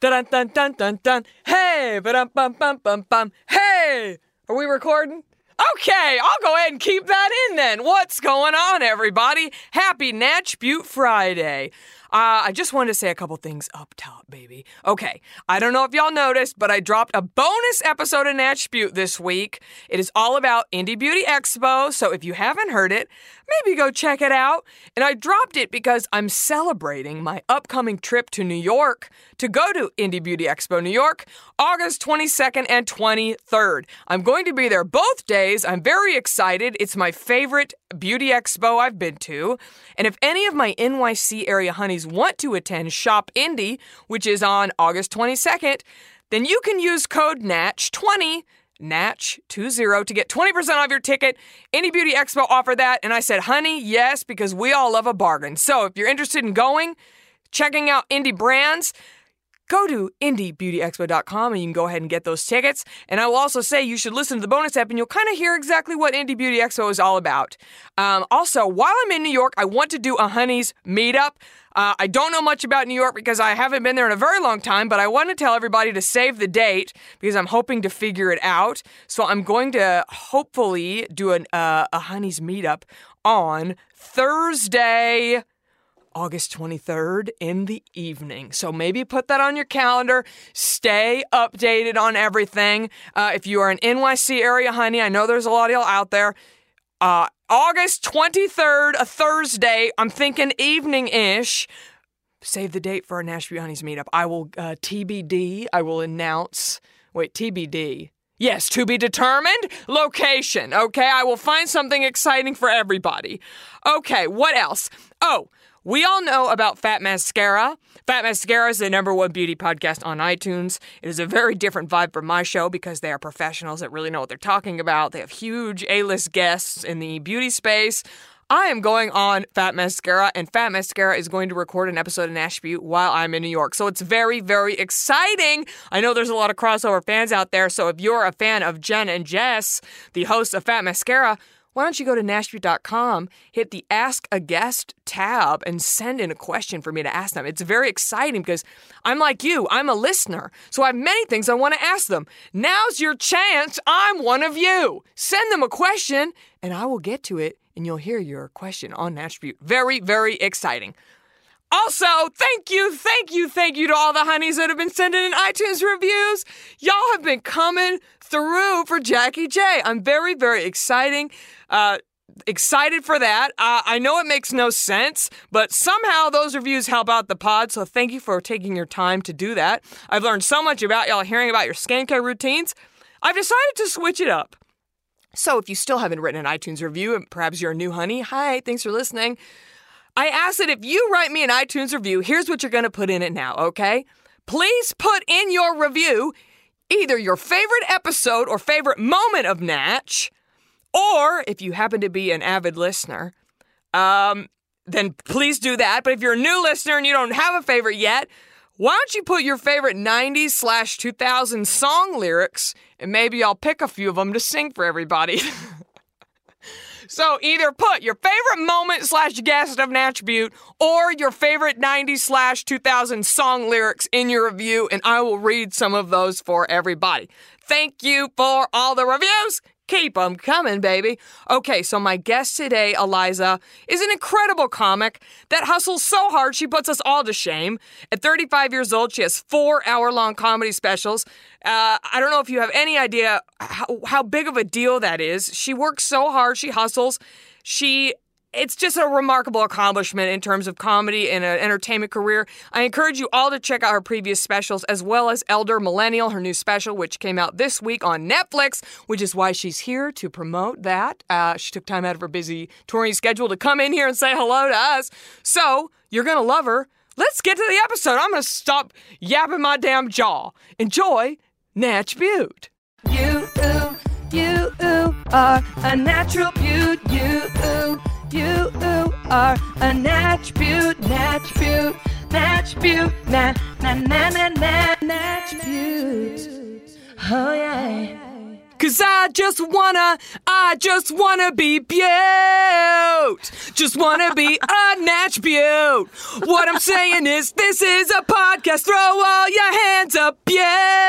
Dun dun dun dun dun. Hey, bum bum bum bum bum. Hey, are we recording? Okay, I'll go ahead and keep that in then. What's going on, everybody? Happy Natch Butte Friday. Uh, I just wanted to say a couple things up top, baby. Okay, I don't know if y'all noticed, but I dropped a bonus episode of Natch Butte this week. It is all about Indie Beauty Expo, so if you haven't heard it, maybe go check it out. And I dropped it because I'm celebrating my upcoming trip to New York to go to Indie Beauty Expo New York, August 22nd and 23rd. I'm going to be there both days. I'm very excited. It's my favorite beauty expo I've been to. And if any of my NYC area honeys want to attend Shop Indie, which is on August 22nd, then you can use code NATCH20 Natch20 to get 20% off your ticket. Any Beauty Expo offer that. And I said, honey, yes, because we all love a bargain. So if you're interested in going, checking out indie brands, go to indiebeautyexpo.com and you can go ahead and get those tickets. And I will also say you should listen to the bonus app and you'll kind of hear exactly what Indie Beauty Expo is all about. Um, also, while I'm in New York, I want to do a Honey's meetup. Uh, I don't know much about New York because I haven't been there in a very long time, but I want to tell everybody to save the date because I'm hoping to figure it out. So I'm going to hopefully do an, uh, a Honey's meetup on Thursday. August 23rd in the evening. So maybe put that on your calendar. Stay updated on everything. Uh, if you are an NYC area, honey, I know there's a lot of y'all out there. Uh, August 23rd, a Thursday, I'm thinking evening ish. Save the date for our Nashville Honeys meetup. I will uh, TBD, I will announce. Wait, TBD. Yes, to be determined. Location. Okay, I will find something exciting for everybody. Okay, what else? Oh, we all know about Fat Mascara. Fat Mascara is the number one beauty podcast on iTunes. It is a very different vibe from my show because they are professionals that really know what they're talking about. They have huge A list guests in the beauty space. I am going on Fat Mascara, and Fat Mascara is going to record an episode in Nashville while I'm in New York. So it's very, very exciting. I know there's a lot of crossover fans out there. So if you're a fan of Jen and Jess, the hosts of Fat Mascara, why don't you go to nashville.com, hit the Ask a Guest tab, and send in a question for me to ask them? It's very exciting because I'm like you, I'm a listener, so I have many things I want to ask them. Now's your chance, I'm one of you. Send them a question, and I will get to it, and you'll hear your question on Nashville. Very, very exciting. Also, thank you, thank you, thank you to all the honeys that have been sending in iTunes reviews. Y'all have been coming through for Jackie J. I'm very, very exciting. Uh, excited for that. Uh, I know it makes no sense, but somehow those reviews help out the pod. So thank you for taking your time to do that. I've learned so much about y'all hearing about your skincare routines. I've decided to switch it up. So if you still haven't written an iTunes review, and perhaps you're a new honey, hi, thanks for listening. I asked that if you write me an iTunes review, here's what you're going to put in it now, okay? Please put in your review either your favorite episode or favorite moment of Natch, or if you happen to be an avid listener, um, then please do that. But if you're a new listener and you don't have a favorite yet, why don't you put your favorite 90s slash 2000 song lyrics and maybe I'll pick a few of them to sing for everybody? So either put your favorite moment slash guest of Natch Butte or your favorite 90 slash 2000 song lyrics in your review, and I will read some of those for everybody. Thank you for all the reviews. Keep them coming, baby. Okay, so my guest today, Eliza, is an incredible comic that hustles so hard she puts us all to shame. At 35 years old, she has four hour long comedy specials. Uh, I don't know if you have any idea how, how big of a deal that is. She works so hard, she hustles. She it's just a remarkable accomplishment in terms of comedy and an entertainment career. I encourage you all to check out her previous specials as well as Elder Millennial, her new special, which came out this week on Netflix, which is why she's here to promote that. Uh, she took time out of her busy touring schedule to come in here and say hello to us. So you're going to love her. Let's get to the episode. I'm going to stop yapping my damn jaw. Enjoy Natch Butte. You ooh, you ooh are a natural beaut. You ooh, you ooh are a natch beaut, natch beaut, natch beaut, na na na na na natch beaut. Oh yeah. Cause I just wanna, I just wanna be Butte. Just wanna be a Natch Butte. What I'm saying is, this is a podcast. Throw all your hands up,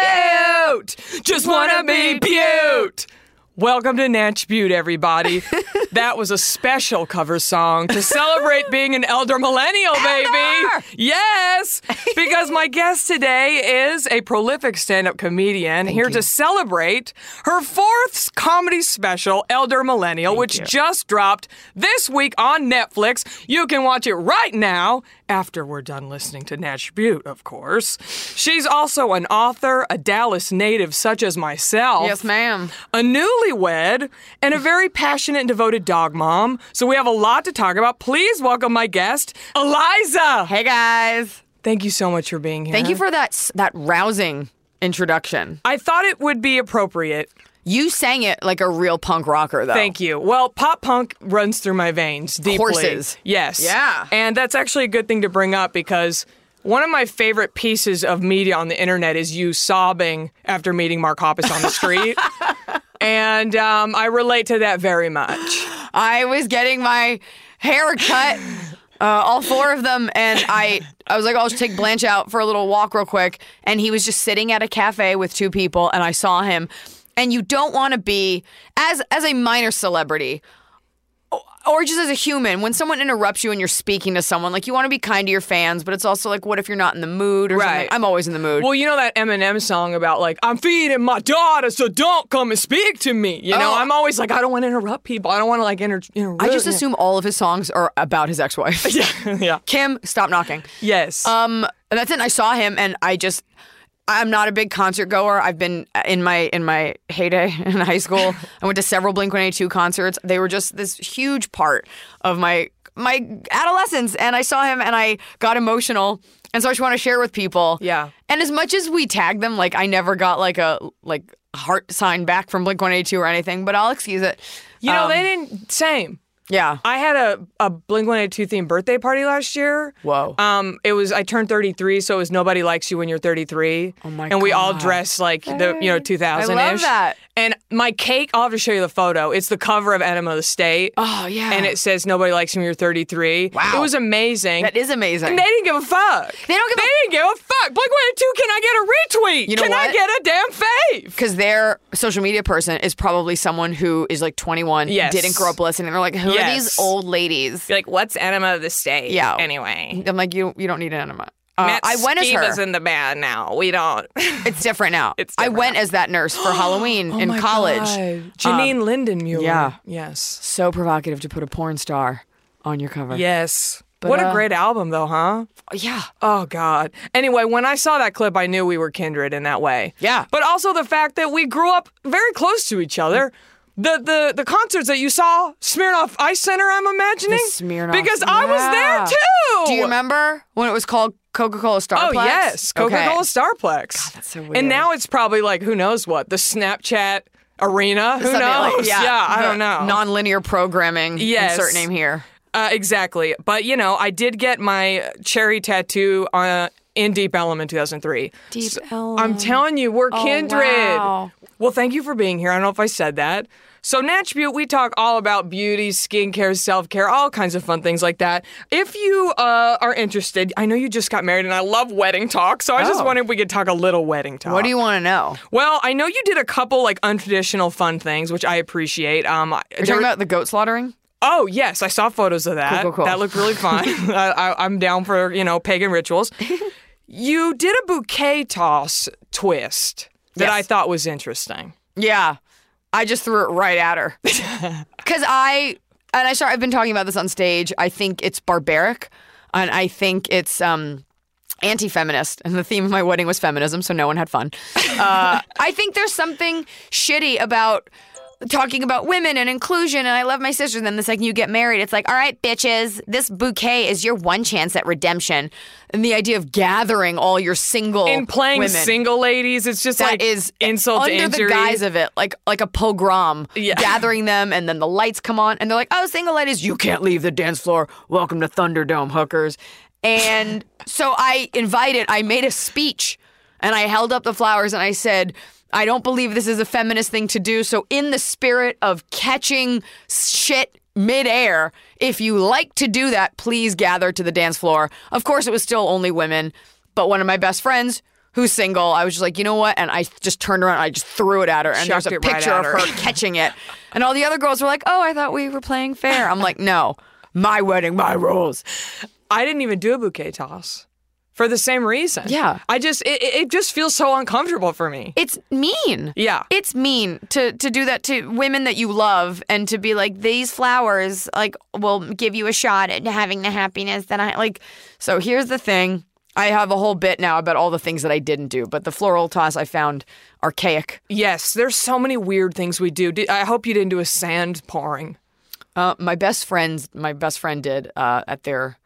Butte. Just wanna be Butte. Welcome to Natch Butte, everybody. that was a special cover song to celebrate being an elder millennial, baby. Elder! Yes, because my guest today is a prolific stand up comedian here to celebrate her fourth comedy special, Elder Millennial, which just dropped this week on Netflix. You can watch it right now after we're done listening to Natch Butte, of course. She's also an author, a Dallas native such as myself ma'am. a newlywed, and a very passionate and devoted dog mom. So we have a lot to talk about. Please welcome my guest, Eliza. Hey guys. Thank you so much for being here. Thank you for that s- that rousing introduction. I thought it would be appropriate. You sang it like a real punk rocker though. Thank you. Well, pop punk runs through my veins deeply. Horses. Yes. Yeah. And that's actually a good thing to bring up because one of my favorite pieces of media on the internet is you sobbing after meeting Mark Hoppus on the street. and um, I relate to that very much. I was getting my hair cut uh, all four of them and I I was like I'll just take Blanche out for a little walk real quick and he was just sitting at a cafe with two people and I saw him and you don't want to be as as a minor celebrity or just as a human, when someone interrupts you and you're speaking to someone, like you want to be kind to your fans, but it's also like, what if you're not in the mood or Right. something? I'm always in the mood. Well, you know that Eminem song about like I'm feeding my daughter, so don't come and speak to me. You know, Oh. I'm always like I don't want to interrupt people. I don't want to like inter- interrupt. I just assume all of his songs are about his ex-wife. yeah. Kim, stop knocking. Yes. Um, and that's it. I saw him, and I just, I'm not a big concert goer. I've been in my in my heyday in high school. I went to several Blink 182 concerts. They were just this huge part of my my adolescence, and I saw him, and I got emotional, and so I just want to share it with people. Yeah. And as much as we tag them, like I never got like a like heart sign back from Blink 182 or anything, but I'll excuse it. you know, Um, they didn't. Same. yeah. I had a a Blink One Eight Two themed birthday party last year. Whoa. Um, it was I turned 33, so it was nobody likes you when you're 33. Oh my And we all God. dressed like the you know 2000 I love that. And my cake, I'll have to show you the photo. It's the cover of Enema of the State. Oh yeah. And it says nobody likes you when you're 33. Wow. It was amazing. that is amazing. And they didn't give a fuck. They don't give a- They didn't give a fuck. Blink One Eight Two. Can I get a retweet? You know can I what? get a damn fave? because their social media person is probably someone who is like 21, Yes. didn't grow up listening. They're like, who are Yes. these old ladies? Like, what's enema of the state? Yeah. Anyway, I'm like, you you don't need an enema. Uh, I went as her. in the band now. We don't. it's different now. It's I different Oh went as that nurse for Halloween in college. Janine Lindenmuller. yeah. Yes. So provocative to put a porn star on your cover. Yes. what a uh, great album, though, huh? Yeah. Oh God. Anyway, when I saw that clip, I knew we were kindred in that way. Yeah. But also the fact that we grew up very close to each other. The the the concerts that you saw, Smirnoff Ice Center, I'm imagining. The Smirnoff- Because I was there yeah. too. Do you remember when it was called Coca Cola Starplex? Oh yes, Coca Cola Okay. Starplex. God, that's so And weird. now it's probably like who knows what the Snapchat arena. Who knows? Something like- yeah, I don't know. Non-linear programming. Yes. Insert name here. Uh, exactly. But you know, I did get my cherry tattoo on. In Deep Elm in 2003. Deep Elm. I'm telling you, we're kindred. wow. Well, thank you for being here. I don't know if I said that. So, Natch Butte, we talk all about beauty, skincare, self care, all kinds of fun things like that. If you uh, are interested, I know you just got married and I love wedding talk, so I just Oh. wondered if we could talk a little wedding talk. What do you want to know? Well, I know you did a couple like untraditional fun things, which I appreciate. Um, You're talking about the goat slaughtering? Oh yes, I saw photos of that. Cool, cool, cool. That looked really fun. I, I, I'm down for you know pagan rituals. you did a bouquet toss twist that Yes. I thought was interesting. Yeah. I just threw it right at her. Cuz I and I start I've been talking about this on stage. I think it's barbaric and I think it's um anti-feminist and the theme of my wedding was feminism so no one had fun uh, i think there's something shitty about talking about women and inclusion and I love my sister. And then the second you get married, it's like, all right, bitches, this bouquet is your one chance at redemption. And the idea of gathering all your single And playing Oh, women, single ladies, it's just that like is insult under to injury. the guise of it, like like a pogrom, Yeah. gathering them, and then the lights come on, and they're like, "Oh, single ladies, you can't leave the dance floor. Welcome to Thunderdome, hookers." And so I invited, I made a speech, and I held up the flowers, and I said. I don't believe this is a feminist thing to do. So, in the spirit of catching shit midair, if you like to do that, please gather to the dance floor. Of course, it was still only women, but one of my best friends who's single, I was just like, you know what? And I just turned around and I just threw it at her. And Chucked there's a it right picture at of her. her catching it. And all the other girls were like, oh, I thought we were playing fair. I'm like, no, my wedding, my rules. I didn't even do a bouquet toss for the same reason. Yeah. I just it, it it just feels so uncomfortable for me. It's mean. Yeah. It's mean to, to do that to women that you love and to be like, these flowers like will give you a shot at having the happiness that I like. So here's the thing. I have a whole bit now about all the things that I didn't do, but the floral toss I found archaic. Yes, there's so many weird things we do. Did- I hope you didn't do a sand pouring. Uh, my best friends, my best friend did uh, at their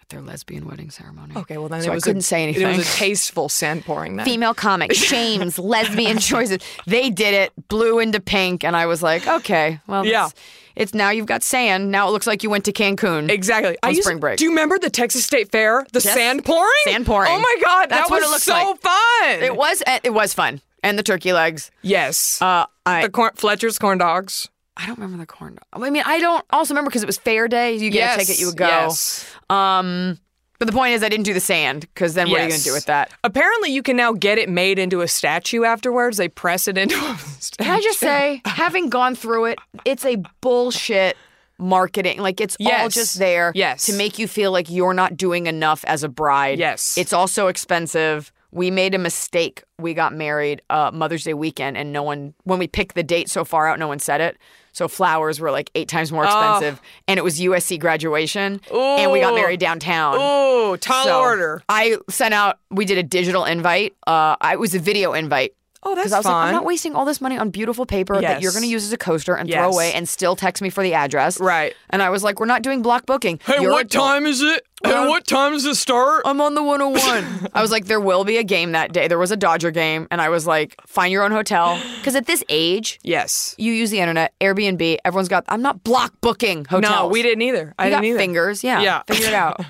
at their lesbian wedding ceremony. Okay, well then so it was I couldn't a, say anything. It was a tasteful sand pouring. Then. Female comic shames lesbian choices. They did it, blue into pink, and I was like, okay, well, Yeah. it's, it's now you've got sand. Now it looks like you went to Cancun. Exactly. I On used- spring break. Do you remember the Texas State Fair? The sand pouring? Sand pouring. Oh my god, that That's what was it looks so like. fun. It was eh, it was fun, and the turkey legs. yes. Uh, I the corn, Fletcher's corn dogs. I don't remember the corn. I mean, I don't also remember because it was fair day. You get yes. a ticket, you would go. Yes. Um, but the point is, I didn't do the sand because then what are you going Yes. to do with that? Apparently, you can now get it made into a statue afterwards. They press it into a statue. Can I just say, having gone through it, it's a bullshit marketing. Like it's all Yes. just there Yes. to make you feel like you're not doing enough as a bride. Yes. It's also expensive. We made a mistake. We got married uh, Mother's Day weekend, and no one, when we picked the date so far out, no one said it. So flowers were like eight times more expensive, and it was USC graduation, and we got Ooh. married downtown. Oh, tall So order. I sent out. We did a digital invite. Uh, I, it was a video invite. Oh, that's Because I was like, I'm fun. not wasting all this money on beautiful paper that you're Yes. going to use as a coaster and throw Yes. away and still text me for the address. Right. And I was like, we're not doing block booking. You're a- is it? Hey, what time does it start? I'm on the 101. I was like, there will be a game that day. There was a Dodger game. And I was like, find your own hotel. Because at this age, yes. you use the internet, Airbnb, everyone's got, I'm not block booking hotels. No, we didn't either. I You didn't got either. fingers. Yeah. Yeah. Figure it out.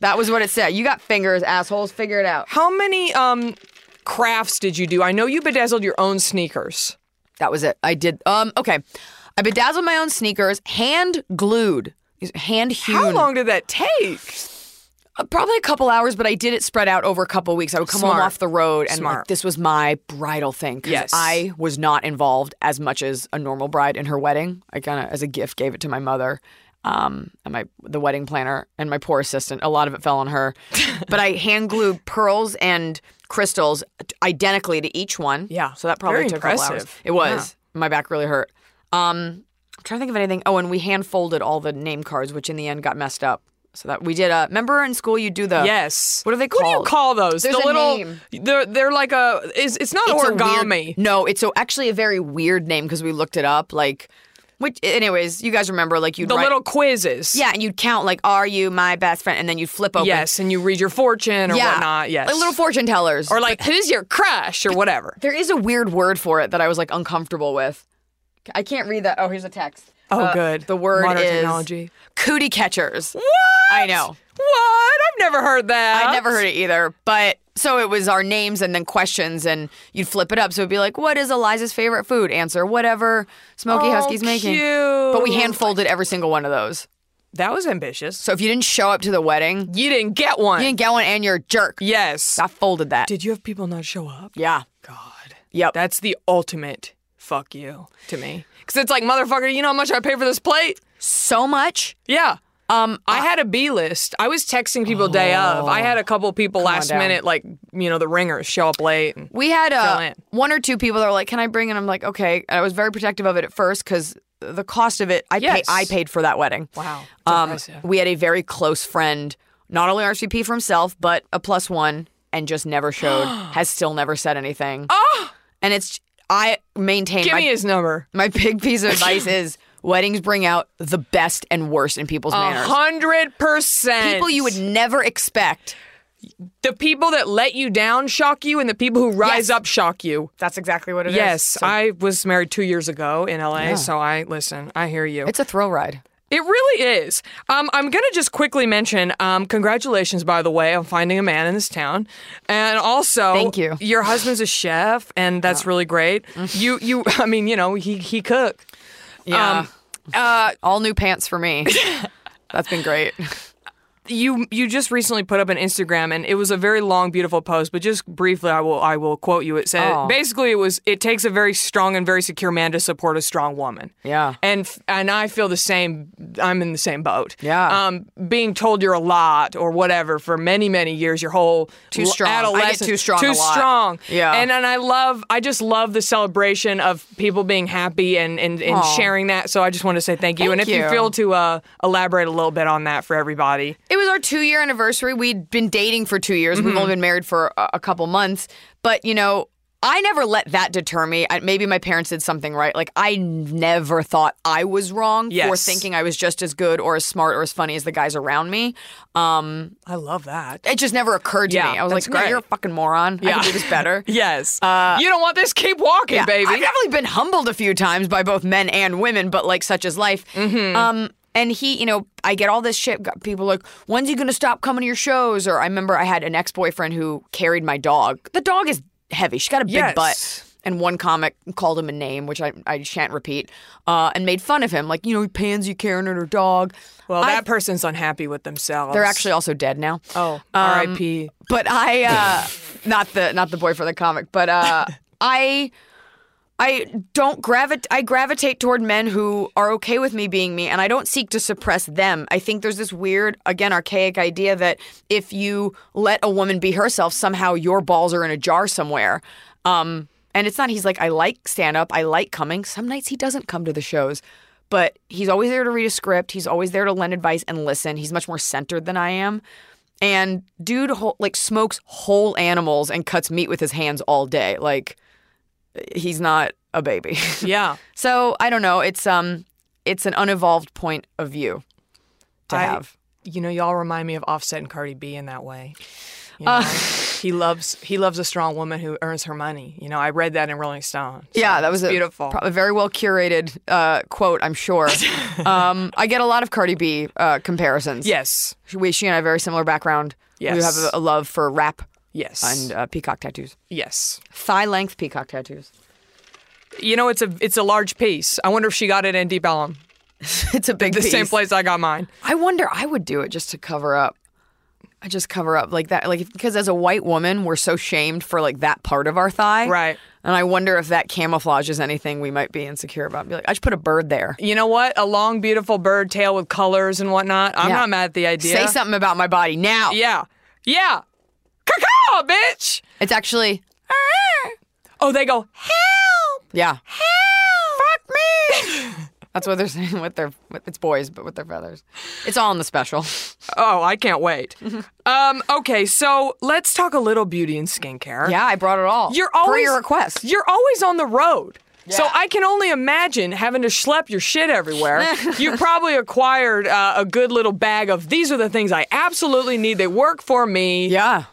that was what it said. You got fingers, assholes. Figure it out. How many um crafts did you do? I know you bedazzled your own sneakers. That was it. I did. Um. Okay. I bedazzled my own sneakers, hand glued, hand hewn. How long did that take? Uh, Probably a couple hours, but I did it spread out over a couple weeks. I would come home Smart. off the road, and like, Smart. this was my bridal thing. 'cause Yes. I was not involved as much as a normal bride in her wedding. I kind of, as a gift, gave it to my mother. Um, and my the wedding planner and my poor assistant. A lot of it fell on her, but I hand glued pearls and crystals identically to each one. Yeah. so that probably Very took a couple hours. impressive. It was. My back really hurt. Um, I'm trying to think of anything. Oh, and we hand folded all the name cards, which in the end got messed up. So that we did a. Remember in school you do the Yes. What are they What do called? you call those? There's the a little. name. They're they're like a. It's, it's not It's a weird- origami. no, it's a, actually a very weird name because we looked it up. Like, which anyways, you guys remember like you'd The write- little quizzes. yeah, and you'd count like, are you my best friend? And then you'd flip open Yes, and you read your fortune or yeah, whatnot. Yes. like little fortune tellers. or like who's your crush or whatever. there is a weird word for it that I was like uncomfortable with. I can't read that. Oh, here's a text. Oh, Uh, good. The word Modern is technology. cootie catchers. What? I know. What? I've never heard that. I never heard it either. But so it was our names and then questions, and you'd flip it up. So it'd be like, "What is Eliza's favorite food?" Answer whatever Smoky Oh, Husky's making. But we hand folded every single one of those. That was ambitious. So if you didn't show up to the wedding, you didn't get one. you didn't get one, and you're a jerk. yes. I folded that. Did you have people not show up? yeah. God. Yep. That's the ultimate fuck you to me. Because it's like, motherfucker, you know how much I pay for this plate? so much. Yeah. Um, I had a B list. I was texting people day of. I had a couple people last Oh, down. minute, like, you know, the ringers show up late. and- We had Fill uh, in. one or two people that were like, "Can I bring?" And I'm like, "Okay." And I was very protective of it at first because the cost of it, I pay, Yes. I paid for that wedding. Wow. That's Um, impressive. we had a very close friend, not only RSVP for himself, but a plus one, and just never showed. has still never said anything. Oh! And it's I maintain Ah! Give my, me his number. my big piece of advice is weddings bring out the best and worst in people's A manners. hundred percent. People you would never expect. the people that let you down shock you, and the people who rise Yes. up shock you. That's exactly what it is. Yes, I was married two years ago in LA, so I listen. I hear you. It's a thrill ride. It really is. Um, I'm going to just quickly mention um, congratulations, by the way, on finding a man in this town. And also, Thank you. Your husband's a chef, and that's really great. you, you, I mean, you know, he, he cooked. Yeah. Um, uh, All new pants for me. That's been great. you you just recently put up an Instagram and it was a very long beautiful post but just briefly I will I will quote you it said Oh. basically it was it takes a very strong and very secure man to support a strong woman Yeah. and f- and I feel the same I'm in the same boat Yeah. um being told you're a lot or whatever for many many years your whole Too l- strong. I get adolescence too strong too a lot. strong Yeah. and and I love I just love the celebration of people being happy and and, and Aw. sharing that so I just want to say thank you and Thank if you you. feel to uh, elaborate a little bit on that for everybody It was our two year anniversary. We'd been dating for two years. Mm-hmm. We've only been married for a, a couple months. But, you know, I never let that deter me. I, maybe my parents did something right. Like, I never thought I was wrong for Yes. thinking I was just as good or as smart or as funny as the guys around me. Um, I love that. it just never occurred to Yeah, me. I was that's like, no, great. you're a fucking moron. I Yeah. can do this better. Yes. you don't want this? Keep walking, Uh, Yeah, baby. I've definitely been humbled a few times by both men and women, but like such is life. Mm-hmm. Um, and he, you know, I get all this shit. got People like, when's he gonna stop coming to your shows? Or I remember I had an ex boyfriend who carried my dog. The dog is heavy. She got a big Yes. butt. And one comic called him a name, which I, I shan't repeat, uh, and made fun of him, like you know, pansy carrying her dog. well, that I- person's unhappy with themselves. they're actually also dead now. Um, Oh, R.I.P. but I uh not the not the boyfriend the comic, but uh I I don't gravitate I gravitate toward men who are okay with me being me and I don't seek to suppress them. I think there's this weird again archaic idea that if you let a woman be herself somehow your balls are in a jar somewhere. Um and it's not he's like I like stand up, I like coming. Some nights he doesn't come to the shows. But he's always there to read a script. He's always there to lend advice and listen. He's much more centered than I am. And dude, whole, like smokes whole animals and cuts meat with his hands all day. Like he's not a baby. Yeah. so I don't know. It's um, it's an unevolved point of view to I- have. You know, y'all remind me of Offset and Cardi B in that way. You know, Uh, he loves he loves a strong woman who earns her money. You know, I read that in Rolling Stone. So yeah, that was it's a, beautiful. pro- a very well curated uh, quote. I'm sure. um, I get a lot of Cardi B uh, comparisons. yes, she, she and I have very similar background. we Yes. have a, a love for rap yes, and uh, peacock tattoos, yes. thigh length peacock tattoos. You know, it's a it's a large piece. I wonder if she got it in Deep Ellum, it's a big the same piece. place I got mine. I wonder. I would do it just to cover up. I just cover up like that, like because as a white woman, we're so shamed for like that part of our thigh, Right. And I wonder if that camouflages anything we might be insecure about. Be like, I should put a bird there. You know what? A long, beautiful bird tail with colors and whatnot. I'm Yeah. not mad at the idea. Say something about my body now. Yeah. Yeah. Caw, bitch. It's actually, Oh, they go, help. yeah. Fuck me. That's what they're saying with their. With, it's boys, but with their feathers. It's all in the special. Oh, I can't wait. um, okay, so let's talk a little beauty and skincare. Yeah, I brought it all. You're always for your request. You're always on the road. So Yeah. I can only imagine having to schlep your shit everywhere. you probably acquired uh, a good little bag of these are the things I absolutely need. They work for me. Yeah.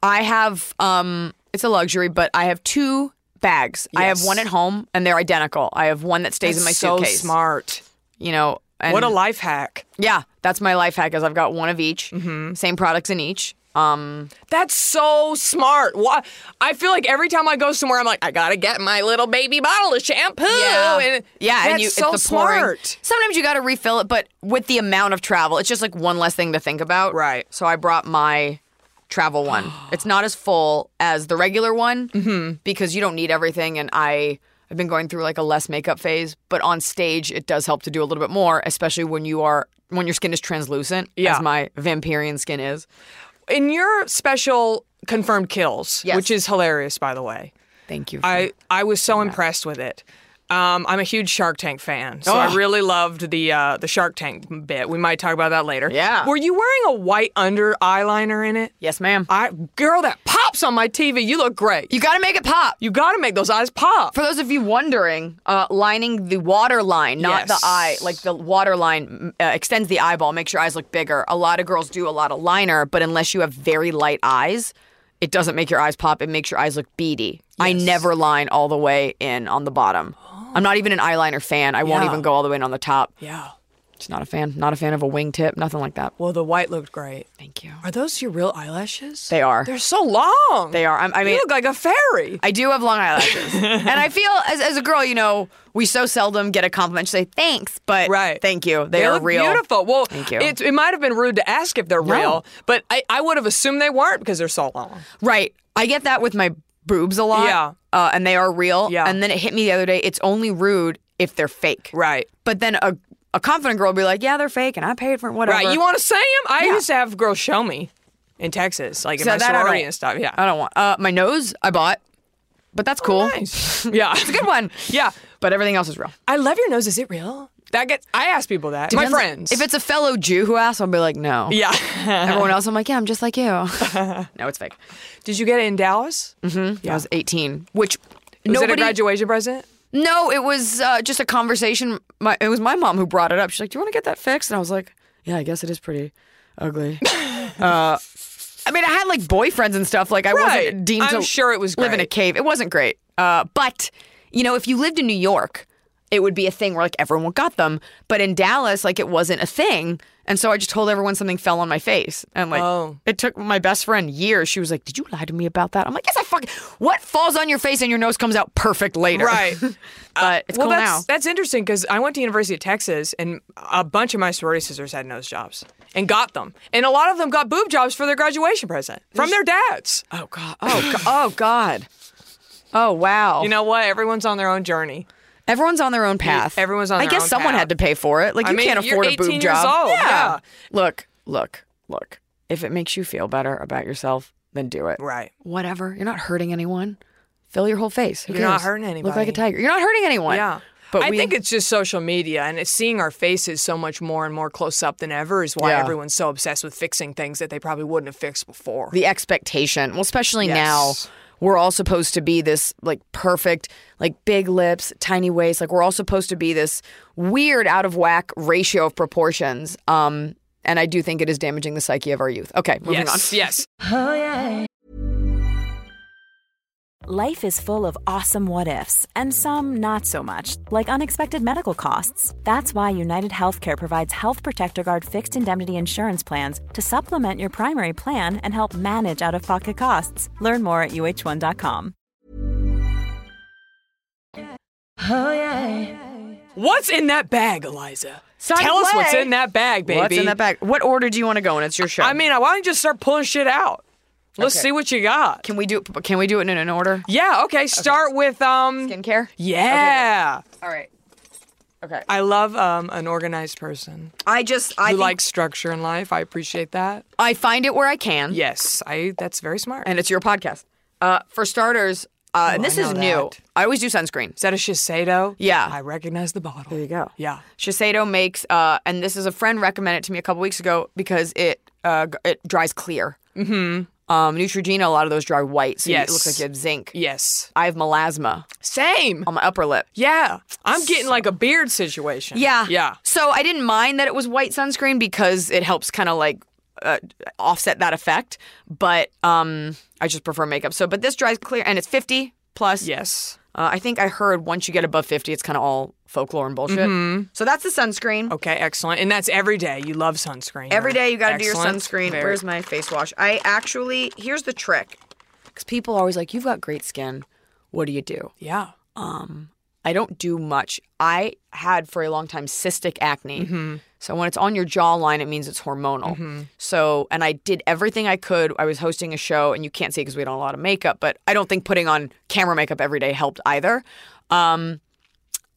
I have um it's a luxury, but I have two bags. I have Yes. one at home and they're identical. I have one that stays in my so suitcase. smart. You know, and what a life hack. yeah, that's my life hack is I've got one of each. Mm-hmm. Same products in each. Um That's so smart. Why? I feel like every time I go somewhere, I'm like, I gotta get my little baby bottle of shampoo. and yeah, that's and you so it's the pouring. smart. Sometimes you got to refill it, but with the amount of travel, it's just like one less thing to think about. Right. So I brought my travel one. it's not as full as the regular one because you don't need everything, and I. I've been going through like a less makeup phase, but on stage it does help to do a little bit more, especially when you are when your skin is translucent, Yeah. as my vampirian skin is. In your special confirmed kills, Yes. which is hilarious, by the way, Thank you. for- I I was so impressed with it. Um, I'm a huge Shark Tank fan, so I Ugh. really loved the uh, the Shark Tank bit. We might talk about that later. Yeah. Were you wearing a white under eyeliner in it? Yes, ma'am. I girl, that pops on my TV. You look great. you got to make it pop. You got to make those eyes pop. For those of you wondering, uh, lining the water line, not Yes. the eye, like the water line mm, uh, extends the eyeball, makes your eyes look bigger. A lot of girls do a lot of liner, but unless you have very light eyes, it doesn't make your eyes pop. It makes your eyes look beady. I never line all the way in on the bottom. I'm not even an eyeliner fan. I won't Yeah. even go all the way in on the top. yeah. Just not a fan. Not a fan of a wingtip. Nothing like that. Well, the white looked great. Thank you. Are those your real eyelashes? They are. They're so long. They are. I'm- I mean, you look like a fairy. I do have long eyelashes. and I feel as, as a girl, you know, we so seldom get a compliment to say thanks, but Right. thank you. They, are look real. beautiful. Well, Thank you. It, it might have been rude to ask if they're real, but I, I would have assumed they weren't because they're so long. Right. I get that with my boobs a lot. Yeah. Uh, and they are real. Yeah. And then it hit me the other day. It's only rude if they're fake. Right. But then a, a confident girl will be like, yeah, they're fake and I paid for it, whatever. Right. You want to say them? I used to have girls show me in Texas, like in So my that I sorority don't- and stuff. Yeah. I don't want. Uh, my nose, I bought, but that's cool. Oh, Nice. Yeah. It's a good one. Yeah. But everything else is real. I love your nose. Is it real? That gets. I ask people that. Depends- my friends. If it's a fellow Jew who asks, I'll be like, no. yeah. Everyone else, I'm like, yeah, I'm just like you. no, it's fake. Did you get it in Dallas? I was 18, which Was Mm-hmm. nobody. it a graduation present? no, it was uh, just a conversation. My, it was my mom who brought it up. She's like, "Do you want to get that fixed?" And I was like, "Yeah, I guess it is pretty ugly." uh, I mean, I had like boyfriends and stuff. Like, I Right. wasn't deemed I'm to sure it was live in a great. cave. It wasn't great. Uh, but you know, if you lived in New York, it would be a thing where like everyone got them. But in Dallas, like it wasn't a thing. And so I just told everyone something fell on my face. And like Oh. it took my best friend years. She was like, Did you lie to me about that? I'm like, Yes, I fucking what falls on your face and your nose comes out perfect later. Right. but it's well, cool that's now. that's interesting because I went to University of Texas and a bunch of my sorority sisters had nose jobs and got them, and a lot of them got boob jobs for their graduation present from their dads. Oh god. Oh god. oh god. Oh wow. You know what? Everyone's on their own journey. everyone's on their own path. Everyone's on I their guess own someone path. had to pay for it. Like I you mean, can't you're afford a boob 18 years job. old, yeah. Look, look, look. If it makes you feel better about yourself, then do it. Right. Whatever. You're not hurting anyone. Fill your whole face. Who You're not cares? hurting Look like anybody. a tiger. You're not hurting anyone. Yeah. But I we, think it's just social media and it's seeing our faces so much more and more close up than ever is why Yeah. everyone's so obsessed with fixing things that they probably wouldn't have fixed before. the expectation. Well, especially Yes. now, we're all supposed to be this like perfect, like big lips, tiny waist. Like we're all supposed to be this weird, out of whack ratio of proportions. Um, and I do think it is damaging the psyche of our youth. Okay, moving yes, on. yes. Life is full of awesome what ifs and some not so much, like unexpected medical costs. That's why United Healthcare provides Health Protector Guard fixed indemnity insurance plans to supplement your primary plan and help manage out of pocket costs. Learn more at uh1.com. What's in that bag, Eliza? Sonic Tell us what's Play. in that bag, baby. What's in that bag? What order do you want to go in? It's your show. I mean, why don't you just start pulling shit out? Let's Okay. see what you got. can we do? Can we do it in an order? yeah, okay, start with um Skincare. Yeah. All right. Okay. I love um an organized person I just I who think- likes structure in life. I appreciate that. I find it where I can. Yes, I that's very smart. And it's your podcast. Uh, for starters, uh, and I this is know new. that. I always do sunscreen. Is that a Shiseido? Yeah. I recognize the bottle. There you go. Yeah. Shiseido makes, uh, and this is a friend recommended it to me a couple weeks ago because it uh, g- it dries clear. Mm-hmm. Um, Neutrogena, a lot of those dry white, so you- Yes. it looks like you have zinc. Yes. I have melasma Same. on my upper lip. Yeah. I'm getting like a beard situation. Yeah. So I didn't mind that it was white sunscreen because it helps kind of like uh, offset that effect. But um, I just prefer makeup. So, but this dries clear, and it's fifty plus. Yes. Uh, I think I heard once you get above 50, it's kind of all folklore and bullshit. Mm-hmm. So that's the sunscreen. Okay, excellent. And that's every day. You love sunscreen. Every right? day you got to do your Excellent. sunscreen. Very- Where's my face wash? I actually, here's the trick. Because people are always like, you've got great skin. What do you do? Yeah. I don't do much. I had for a long time cystic acne. Mm-hmm. So when it's on your jawline, it means it's hormonal. So, and I did everything I could. I was hosting a show, and you can't see because we don't have a lot of makeup, but I don't think putting on camera makeup every day helped either. Um,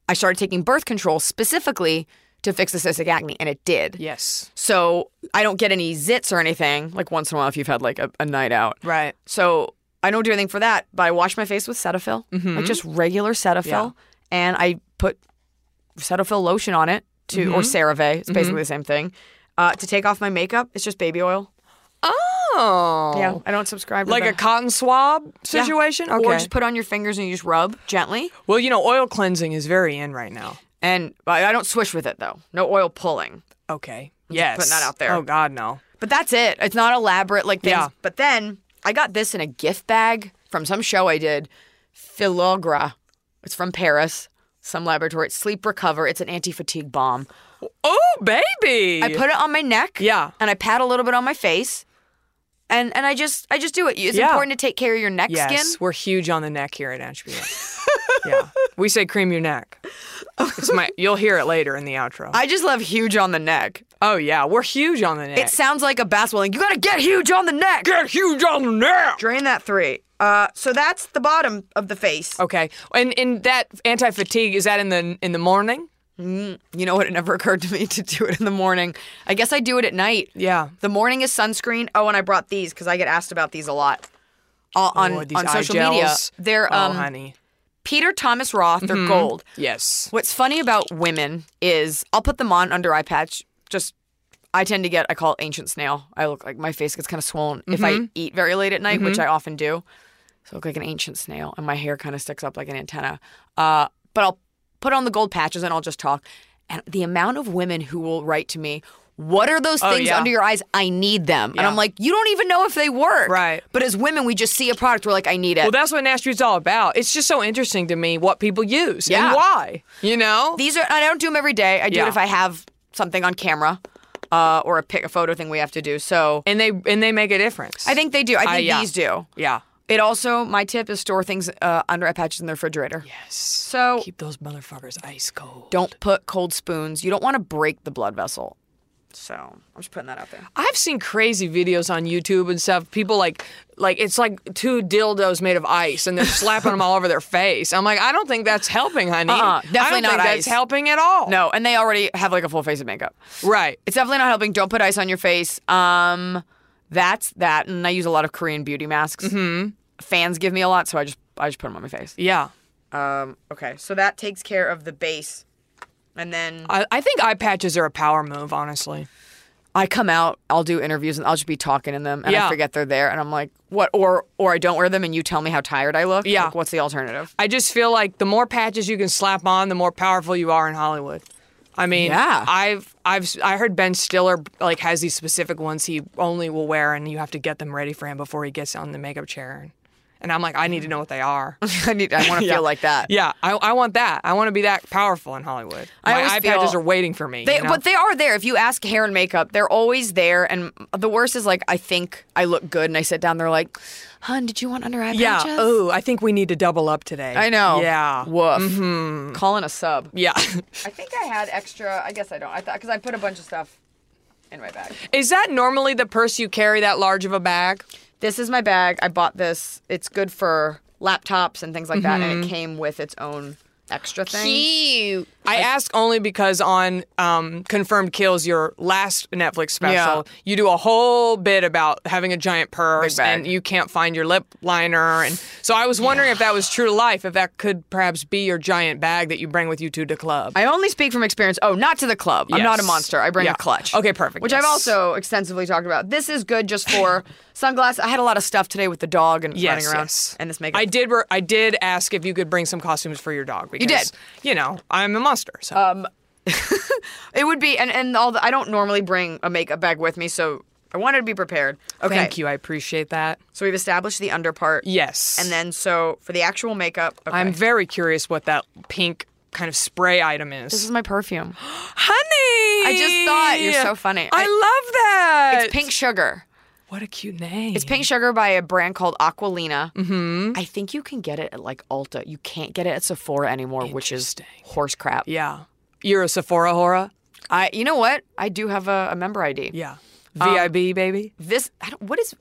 I started taking birth control specifically to fix the cystic acne, and it did. Yes. So I don't get any zits or anything, like once in a while if you've had like a, a night out. Right. Mm-hmm. So I don't do anything for that, but I wash my face with Cetaphil, like just regular Cetaphil. and I put Cetaphil lotion on it to Mm-hmm. or CeraVe. It's basically the same thing. Uh, to take off my makeup, it's just baby oil. Oh. Yeah, I don't subscribe. to Like the- a cotton swab Yeah. situation? Okay. Or just put on your fingers and you just rub gently. well, you know, oil cleansing is very in right now. And I I don't swish with it though. No oil pulling. Okay. Yes. putting that out there. Oh, God, no. But that's it. It's not elaborate like things. Yeah. But then I got this in a gift bag from some show I did, Filogra. It's from Paris, some laboratory. It's Sleep Recover. It's an anti-fatigue balm. Oh, baby. I put it on my neck. Yeah. And I pat a little bit on my face. And and I just I just do it. It's Yeah. important to take care of your neck yes, skin. we're huge on the neck here at Attribute. yeah. We say cream your neck. It's my, you'll hear it later in the outro. I just love huge on the neck. oh, yeah. We're huge on the neck. It sounds like a basketball. Like, you gotta get huge on the neck. Get huge on the neck. Drain that three. Uh, so that's the bottom of the face. Okay. And and that anti fatigue is that in the in the morning? You know what? It never occurred to me to do it in the morning. I guess I do it at night. Yeah. The morning is sunscreen. Oh, and I brought these because I get asked about these a lot uh, on Or these on eye social media. gels? They're oh, um, honey. Mm-hmm. Peter Thomas Roth. They're gold. Yes. What's funny about women is I'll put them on under eye patch. Just I tend to get I call it ancient snail. I look like my face gets kind of swollen if Mm-hmm. I eat very late at night, which I often do. So I look like an ancient snail, and my hair kind of sticks up like an antenna. Uh, but I'll put on the gold patches and I'll just talk. And the amount of women who will write to me, "What are those things Oh, yeah. under your eyes? I need them." And Yeah. I'm like, "You don't even know if they work." Right. But as women, we just see a product, we're like, "I need it." Well, that's what Nash Street's all about. It's just so interesting to me what people use Yeah. and why. You know? These are. I don't do them every day. I do Yeah. it if I have something on camera, uh, or a pic, a photo thing we have to do. So and they and they make a difference. I think they do. I think Uh, yeah. these do. Yeah. It also. My tip is store things uh, under eye patches in the refrigerator. Yes. So Keep those motherfuckers ice cold. don't put cold spoons. You don't want to break the blood vessel. So I'm just putting that out there. I've seen crazy videos on YouTube and stuff. People like, like it's like two dildos made of ice, and they're slapping them all over their face. I'm like, I don't think that's helping, honey. Uh-uh, I definitely don't not think ice. that's helping at all. No, and they already have like a full face of makeup. right? It's definitely not helping. Don't put ice on your face. Um, that's that. And I use a lot of Korean beauty masks. Mm-hmm. Fans give me a lot, so I just I just put them on my face. Yeah, Um, okay, so that takes care of the base. And then I, I think eye patches are a power move, honestly. I come out, I'll do interviews and I'll just be talking in them and I Yeah. forget they're there and I'm like, what or or I don't wear them and you tell me how tired I look. Yeah. Like, what's the alternative? I just feel like the more patches you can slap on, the more powerful you are in Hollywood. I mean, Yeah. I've I've I heard Ben Stiller like has these specific ones he only will wear, and you have to get them ready for him before he gets on the makeup chair. And I'm like, I need to know what they are. I need I wanna Yeah. feel like that. Yeah, I, I want that. I want to be that powerful in Hollywood. I My always eye feel- patches are waiting for me. They, you know? But they are there. If you ask hair and makeup, they're always there. And the worst is like, I think I look good, and I sit down. They're like, "Hun, did you want under eye yeah. patches?" Oh, I think we need to double up today. I know. Yeah. Mm-hmm. Woof. Calling a sub. Yeah. I think I had extra. I guess I don't. I thought because I put a bunch of stuff in my bag. Is that normally the purse you carry that large of a bag? This is my bag. I bought this. It's good for laptops and things like that. Mm-hmm. And it came with its own extra thing. Cute. I ask only because on um, Confirmed Kills, your last Netflix special, Yeah. you do a whole bit about having a giant purse bag. and you can't find your lip liner. And so I was wondering if that was true to life, if that could perhaps be your giant bag that you bring with you to the club. I only speak from experience. Oh, not to the club. I'm not a Yes. monster. I bring Yeah. a clutch. Okay, perfect. Which I've Yes. also extensively talked about. This is good just for sunglasses. I had a lot of stuff today with the dog and running around and this makeup. I did. Re- I did ask if you could bring some costumes for your dog. Because, did. Oh, You know, I'm a monster. So It would be and and all the, I don't normally bring a makeup bag with me, so I wanted to be prepared. Okay. thank you. I appreciate that. So we've established the under part. Yes. And then so for the actual makeup, okay. I'm very curious what that pink kind of spray item is. this is my perfume. Honey, I just thought you're so funny. I, I- love that. It's pink sugar. What a cute name. It's pink sugar by a brand called Aqualina. Mm-hmm. I think you can get it at like Ulta. You can't get it at Sephora anymore, which is horse crap. Yeah. You're a Sephora Hora. I, you know what? I do have a, a member ID. Yeah. Um, VIB baby. This, I don't, what is?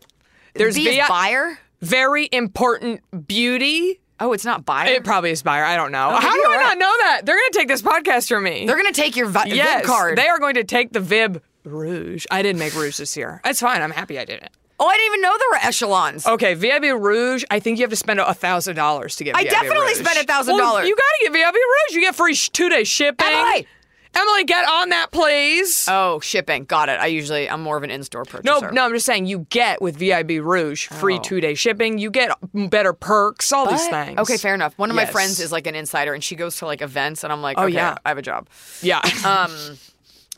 There's B is VI buyer. Very important beauty. Oh, it's not buyer. It probably is buyer. I don't know. Okay, How do you're I right. not know that? They're gonna take this podcast from me. They're gonna take your vi- Vib yes, card. They are going to take the Vib Rouge. I didn't make Rouge this year. That's fine. I'm happy I did it. Oh, I didn't even know there were echelons. Okay, VIB Rouge, I think you have to spend thousand dollars to get. I VIB definitely Rouge. spent $1,000. Well, you gotta get VIB Rouge. You get free sh- two day shipping. Emily! Emily, get on that, please. Oh, shipping. Got it. I usually I'm more of an in-store no, purchaser. no, I'm just saying you get with VIB Rouge free Oh. two day shipping. You get better perks, all these But- things. Okay, fair enough. One of my Yes. friends is like an insider, and she goes to like events, and I'm like, Oh, okay, yeah. I have a job. Yeah. Uh,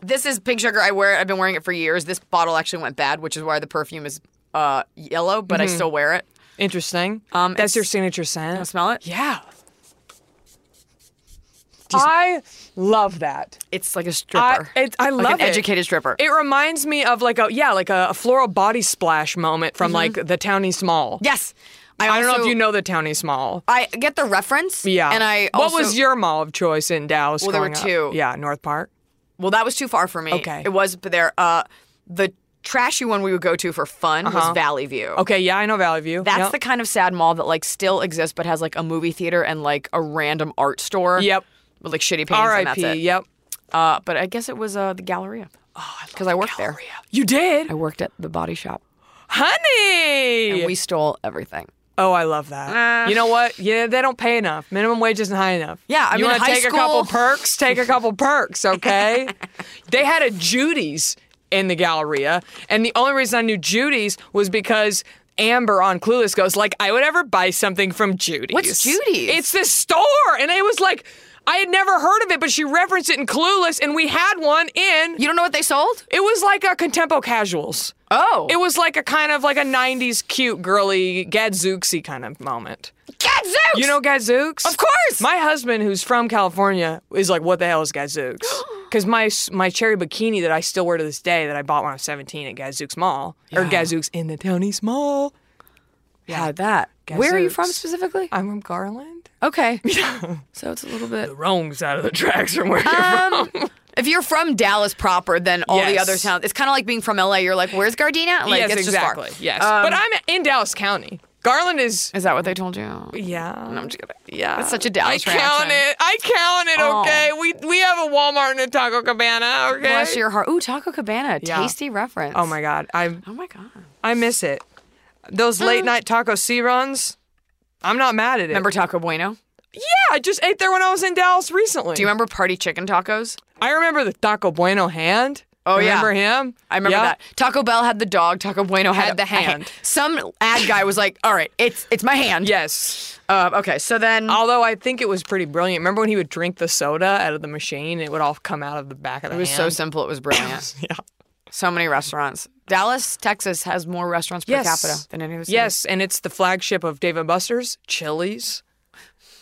This is pink sugar. I wear it. I've been wearing it for years. This bottle actually went bad, which is why the perfume is uh, yellow, but Mm-hmm. I still wear it. Interesting. Um, That's your it's- signature scent. Wanna smell it? Yeah. I love that. It's like a I, stripper. it, I Like love an it. educated stripper. It reminds me of like a yeah, like a, a floral body splash moment from like the Townie Small. yes. Mm-hmm. I, I don't know also- if you know the Townie Small. I get the reference. Yeah. And I also, what was your mall of choice in Dallas? Well, there were growing two. Up? Yeah, North Park. Well, that was too far for me. Okay. It was but there. Uh, the trashy one we would go to for fun was Valley View. Uh-huh. Okay, yeah, I know Valley View. That's Yep. the kind of sad mall that like still exists but has like a movie theater and like a random art store. Yep. With like shitty paintings and that's R.I.P. it. Yep. Uh, but I guess it was uh, the Galleria. Oh, because I, worked there. You did, I worked at the body shop. honey. And we stole everything. oh, I love that. you know what? Yeah, they don't pay enough. Minimum wage isn't high enough. Yeah, I you mean, wanna high take a couple school- perks? Take a couple perks, okay? they had a Judy's in the Galleria, and the only reason I knew Judy's was because. Amber on Clueless goes like, I would ever buy something from Judy's. What's Judy's? It's this store, and it was like, I had never heard of it, but she referenced it in Clueless, and we had one in. You don't know what they sold? It was like a Contempo Casuals. Oh. It was like a kind of like a 90s cute girly gadzooksy kind of moment. Gadzooks! You know gadzooks? Of course! My husband who's from California is like what the hell is gadzooks? Cuz my s- my cherry bikini that I still wear to this day that I bought when I was 17 at Gadzooks Mall or Gadzooks in the Townies Mall. yeah, that. Where are you from Gadzooks. specifically? I'm from Garland. Okay. so it's a little bit. Wrong side of the tracks from where you're Um, if you're from Dallas proper, then all the Yes. other towns. It's kind of like being from LA. You're like, where's Gardena? Like, yes, it's exactly. Just far. Yes. Um, but I'm in Dallas County. Garland is is that what they told you? Yeah. I'm just gonna- Yeah. That's such a I Dallas count reaction. it. I count it, Oh. okay? We we have a Walmart and a Taco Cabana, okay? Bless your heart. Ooh, Taco Cabana. Yeah. Tasty reference. Oh my god. I Oh my god. I miss it. Those late night taco sea runs. I'm not mad at it. Remember Taco Bueno? yeah, I just ate there when I was in Dallas recently. Do you remember party chicken tacos? I remember the Taco Bueno hand. Oh, yeah. remember him? I remember Yeah. that. Taco Bell had the dog. Taco Bueno had, Had the a- a ha- hand. Some ad guy was like, "All right, it's it's my hand." Yes. Uh, okay. So then, Although I think it was pretty brilliant. Remember when he would drink the soda out of the machine and it would all come out of the back of the it was so hand? simple. It was brilliant. Yeah. so many restaurants. Dallas, Texas has more restaurants per Yes. capita than any other city. Yes, and it's the flagship of Dave and Buster's, Chili's.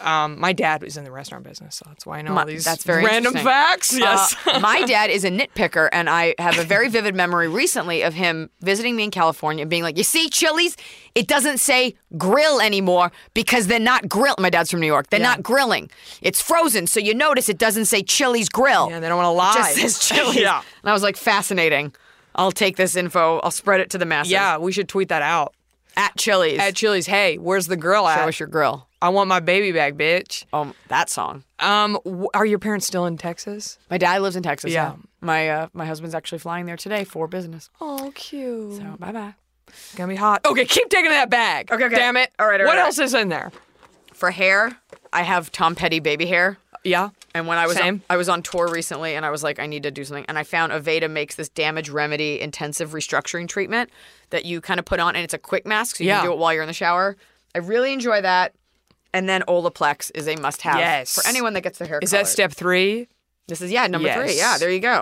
Um, my dad was in the restaurant business, so that's why I know My- all these that's very random interesting. facts. Yes. Uh, my dad is a nitpicker, and I have a very vivid memory recently of him visiting me in California and being like, You see, Chili's, it doesn't say grill anymore because they're not grill. My dad's from New York. They're not grilling. It's frozen. So you notice it doesn't say Chili's grill. Yeah, they don't wanna lie. It just says Chili's. Yeah. And I was like, Fascinating. I'll take this info, I'll spread it to the masses. yeah, we should tweet that out. At Chili's. At Chili's, hey, where's the girl Show at? us your grill. I want my baby back, bitch. Oh, that song. Um, w- are your parents still in Texas? My dad lives in Texas. Yeah. Yeah. My uh, my husband's actually flying there today for business. Oh, cute. So bye bye. Gonna be hot. Okay, keep taking that bag. Okay, okay. Damn it. All right, all what right, else is in there? For hair, I have Tom Petty baby hair. Yeah. And when I was Same. I was on tour recently, and I was like, I need to do something. And I found Aveda makes this damage remedy intensive restructuring treatment that you kind of put on, and it's a quick mask, so you Yeah. can do it while you're in the shower. I really enjoy that. And then Olaplex is a must-have Yes. for anyone that gets their hair. Is colored. that step three? This is yeah number three. Yes. Mm-hmm. Yeah, there you go.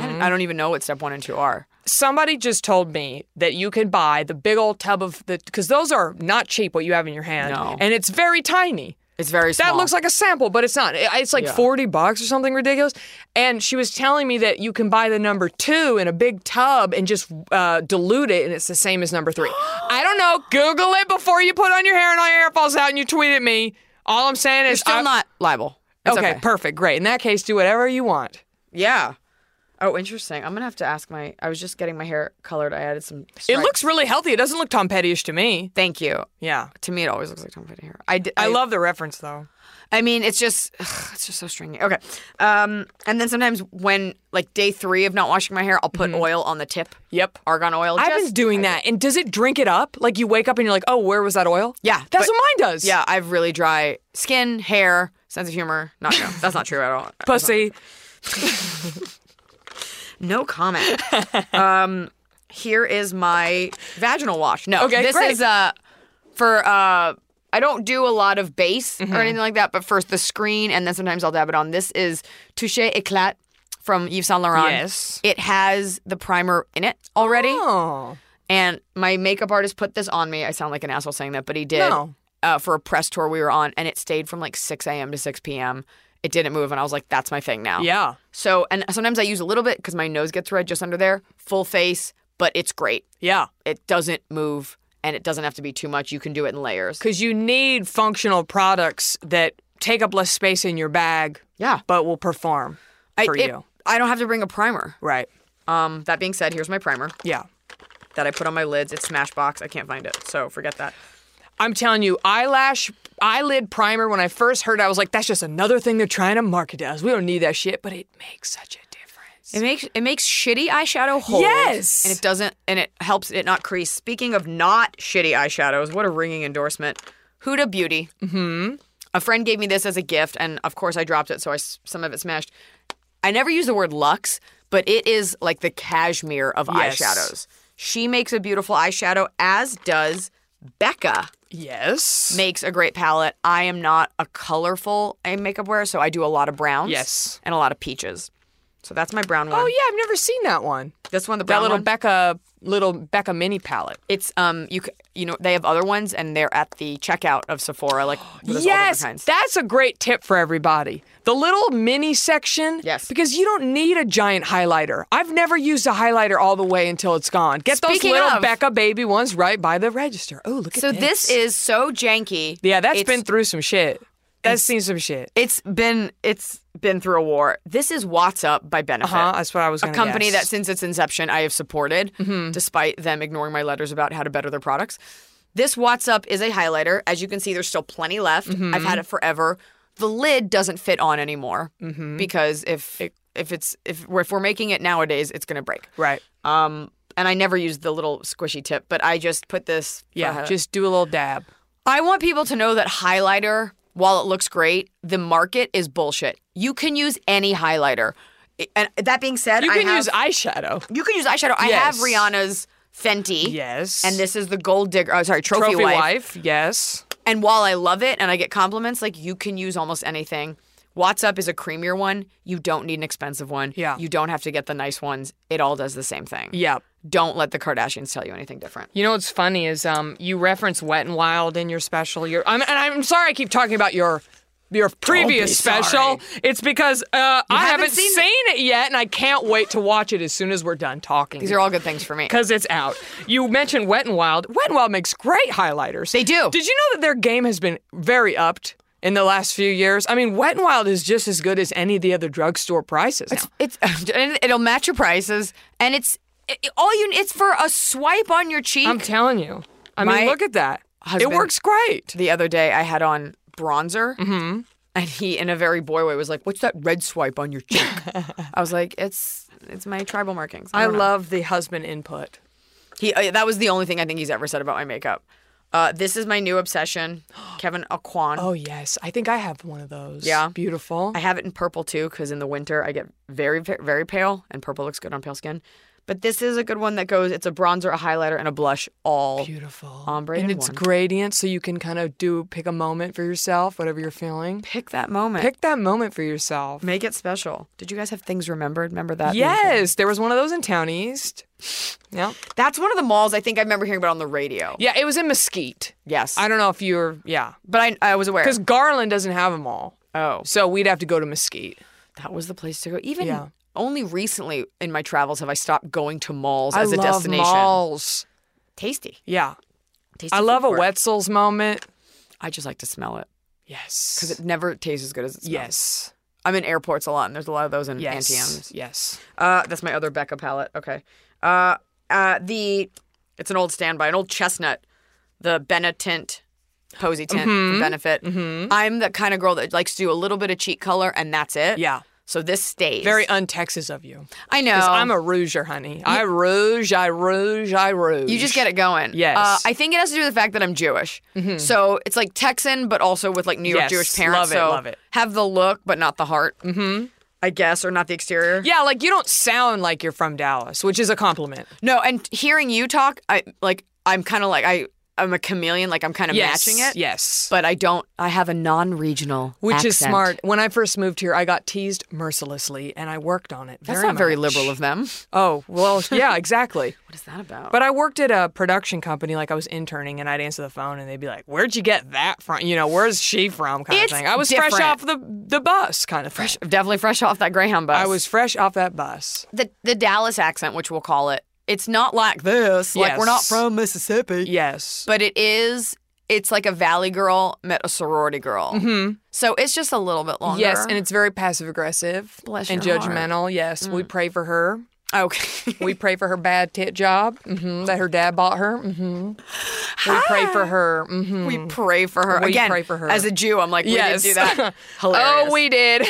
I, don't, I don't even know what step one and two are. somebody just told me that you can buy the big old tub of the because those are not cheap what you have in your hand No. and it's very tiny It's very small. that looks like a sample but it's not It- it's like Yeah. 40 bucks or something ridiculous and she was telling me that you can buy the number two in a big tub and just uh, dilute it and it's the same as number three i don't know google it before you put on your hair and all your hair falls out and you tweet at me all i'm saying is You're still I'm- not liable. It's okay, perfect great in that case do whatever you want Yeah. Oh, interesting. I'm gonna have to ask my. I was just getting my hair colored. I added some. It stripes. looks really healthy. It doesn't look Tom Pettyish to me. Thank you. Yeah. To me, it always looks like Tom Petty hair. I, d- I love the reference though. I mean, it's just ugh, it's just so stringy. Okay. Um, and then sometimes when like day three of not washing my hair, I'll put oil on the tip. Yep. Argon oil. Mm-hmm. I've been just, doing that. And does it drink it up? Like you wake up and you're like, oh, where was that oil? Yeah, That's but- what mine does. Yeah, I have really dry skin, hair, sense of humor. Not no, that's not true at all. Pussy. No comment. um, here is my vaginal wash. No, Okay, this great. is uh for uh. I don't do a lot of base Mm-hmm. or anything like that, but first the screen, and then sometimes I'll dab it on. This is Touche Eclat from Yves Saint Laurent. Yes. it has the primer in it already, Oh. and my makeup artist put this on me. I sound like an asshole saying that, but he did No. uh, for a press tour we were on, and it stayed from like 6 a.m. to 6 p.m. It didn't move, and I was like, "That's my thing now." Yeah. So, and sometimes I use a little bit because my nose gets red just under there, full face, but it's great. Yeah. It doesn't move and it doesn't have to be too much. You can do it in layers. Because you need functional products that take up less space in your bag. Yeah. But will perform I, for it- you. I don't have to bring a primer. Right. Um, that being said, here's my primer Yeah. that I put on my lids. It's Smashbox. I can't find it, so forget that. I'm telling you, eyelash eyelid primer. When I first heard, it, I was like, "That's just another thing they're trying to market to us. We don't need that shit." But it makes such a difference. It makes it makes shitty eyeshadow hold. Yes! and it doesn't, and it helps it not crease. Speaking of not shitty eyeshadows, what a ringing endorsement! Huda Beauty. Mm-hmm. A friend gave me this as a gift, and of course I dropped it, so I s- some of it smashed. I never use the word luxe, but it is like the cashmere of Yes. eyeshadows. She makes a beautiful eyeshadow, as does Becca Yes. makes a great palette. I am not a colorful uh, makeup wearer, so I do a lot of browns. Yes. And a lot of peaches. So that's my brown one. oh yeah, I've never seen that one. This one, the That brown little one. Becca, little Becca mini palette. it's um you c- you know they have other ones and they're at the checkout of Sephora like there's all yes, different kinds. that's a great tip for everybody. The little mini section. Yes. Because you don't need a giant highlighter. I've never used a highlighter all the way until it's gone. Get Speaking those little of- Becca baby ones right by the register. Oh, look at so this. this is so janky. Yeah, that's that's been through some shit. That's seen some shit. it's been it's been through a war. This is What's Up by Benefit. Huh? That's what I was a gonna company that guess. since its inception I have supported, despite them ignoring my letters about how to better their products. This What's Up is a highlighter. As you can see, there's still plenty left. I've had it forever. The lid doesn't fit on anymore because if if it's if we're, if we're making it nowadays, it's gonna break. Right. Um, and I never used the little squishy tip, but I just put this. Yeah. uh, Just do a little dab. I want people to know that highlighter, while it looks great, the market is bullshit. You can use any highlighter. And that being said, You I can have- use eyeshadow. you can use eyeshadow. I have Yes. Rihanna's Fenty. Yes. And this is the Gold Digger. Oh, sorry, Trophy, trophy wife. wife. Yes. And while I love it and I get compliments, like you can use almost anything. What's Up is a creamier one. You don't need an expensive one. Yeah. You don't have to get the nice ones. It all does the same thing. Yep. Don't let the Kardashians tell you anything different. You know what's funny is um you reference Wet and Wild in your special. Your I'm, and I'm sorry I keep talking about your your previous sorry. special. It's because uh, I haven't haven't, seen seen, it. it yet, and I can't wait to watch it as soon as we're done talking. These are all good things for me. because it's out. You mentioned Wet and Wild. Wet and Wild makes great highlighters. They do. Did you know that their game has been very upped in the last few years? I mean, Wet and Wild is just as good as any of the other drugstore prices now. It's and it'll match your prices and it's it, it- all you it's for a swipe on your cheek. I'm telling you. I My mean, look at that. husband- it works great. the other day I had on bronzer. Mm-hmm. And he, in a very boy way, was like, "What's that red swipe on your cheek?" I was like, "It's it's my tribal markings." I, I don't know. love the husband input. he. Uh, that was the only thing I think he's ever said about my makeup. Uh, this is my new obsession, Kevin Aquan. Oh yes, I think I have one of those. Yeah. beautiful. I have it in purple too, because in the winter I get very pa- very pale, and purple looks good on pale skin. But this is a good one that goes. It's a bronzer, a highlighter, and a blush all. beautiful Ombre and in it's one. gradient, so you can kind of do pick a moment for yourself, whatever you're feeling. Pick that moment. Pick that moment for yourself. Make it special. Did you guys have things remembered? Remember that? being a thing? Yes, there was one of those in Town East. Yeah, That's one of the malls I think I remember hearing about on the radio. yeah, it was in Mesquite. Yes. I don't know if you're yeah, But I, I was aware. because Garland doesn't have them all, Oh, so we'd have to go to Mesquite. that was the place to go. Even Yeah. only recently in my travels have I stopped going to malls as I a love destination. malls. Tasty. Yeah, Tasty. I love food a court. Wetzel's moment. I just like to smell it Yes, because it never tastes as good as it smells. yes, I'm in airports a lot, and there's a lot of those in Yes. Antiems. Yes. Uh, that's my other Becca palette. Okay. Uh, uh, the it's an old standby, an old chestnut, the Benetint posy tint Mm-hmm. for benefit. I'm the kind of girl that likes to do a little bit of cheek color, and that's it. Yeah. So this stays. Very un-Texas of you. I know. 'Cause I'm a rouger, honey. I rouge, I rouge, I rouge. You just get it going. Yes. Mm-hmm. Uh, I think it has to do with the fact that I'm Jewish. So it's like Texan, but also with like New York Yes. Jewish parents. Love it, so love it. Have the look, but not the heart. Mm-hmm. I guess, or not the exterior. Yeah, like you don't sound like you're from Dallas, which is a compliment. No, and hearing you talk, I like. I'm kind of like I. I'm a chameleon. Like I'm kind of Yes, matching it. Yes. But I don't. I have a non-regional. which is accent. smart. When I first moved here, I got teased mercilessly, and I worked on it. That's very not very much. liberal of them. Oh well, yeah, exactly. What is that about? But I worked at a production company, like I was interning, and I'd answer the phone, and they'd be like, "Where'd you get that from? You know, where's she from?" Kind It's of thing. I was fresh different. off the the bus, kind of fresh. definitely fresh off that Greyhound bus. I was fresh off that bus. the the Dallas accent, which we'll call it. It's not like this. Like we're not Yes. from Mississippi. Yes, but it is it's like a valley girl met a sorority girl mm-hmm. so it's just a little bit longer yes, and it's very passive aggressive Bless and your heart. Mm. judgmental. Yes, we pray for her. okay We pray for her bad tit job hmm that her dad bought her. hmm We pray for her. hmm Ah. we pray for her We again pray for her. as a jew i'm like we yes. didn't do that oh, we did.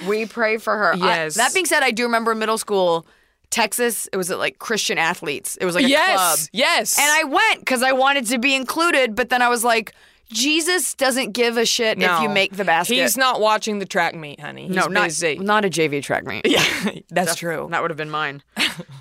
we pray for her I- Yes. that being said i do remember in middle school texas it was at like christian athletes it was like a club yes. Yes. and i went because i wanted to be included but then i was like jesus doesn't give a shit if No. you make the basket He's not watching the track meet, honey. He's no not, busy. not a jv track meet yeah, that's true. that would have been mine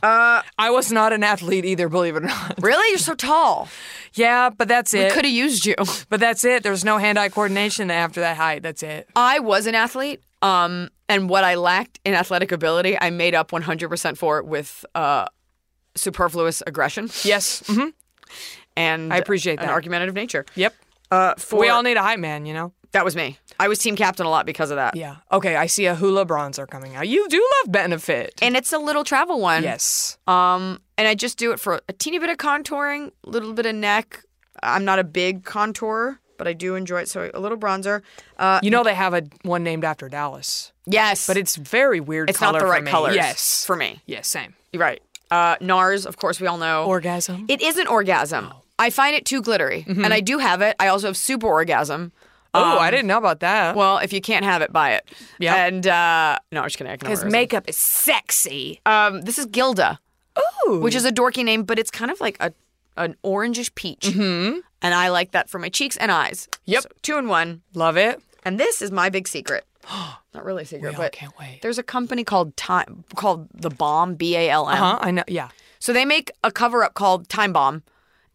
I was not an athlete either, believe it or not. really you're so tall Yeah, but that's we it. could e- have used you But that's it. There's no hand-eye coordination after that height. That's it. I was an athlete. Um, and what I lacked in athletic ability, I made up 100% for with uh, superfluous aggression Yes. Mm-hmm. hmm and I appreciate an that. argumentative nature. Yep. Uh, for, we all need a hype man, you know. that was me. I was team captain a lot because of that. Yeah. Okay. I see a hula bronzer coming out. You do love benefit. And it's a little travel one. yes. Um, and I just do it for a teeny bit of contouring, a little bit of neck. I'm not a big contourer, but I do enjoy it. So a little bronzer. Uh, You know they have a one named after Dallas, yes, but it's very weird. it's not the color for right me. colors. Yes. for me. yes. Same. You're right. Uh, NARS, of course, we all know. Orgasm. It is an orgasm. I find it too glittery, and I do have it. I also have super orgasm. oh, Um, I didn't know about that. Well, if you can't have it, buy it. Yeah. And uh, no, I'm just kidding. I can orgasm. makeup is sexy. um, this is Gilda, Ooh. which is a dorky name, but it's kind of like a an orangish peach, mm-hmm. and I like that for my cheeks and eyes. Yep. So, two in one. Love it. And this is my big secret. Not really a secret, all but can't wait. there's a company called Time called the Bomb B A L M. Huh? I know. Yeah. So they make a cover up called Time Bomb,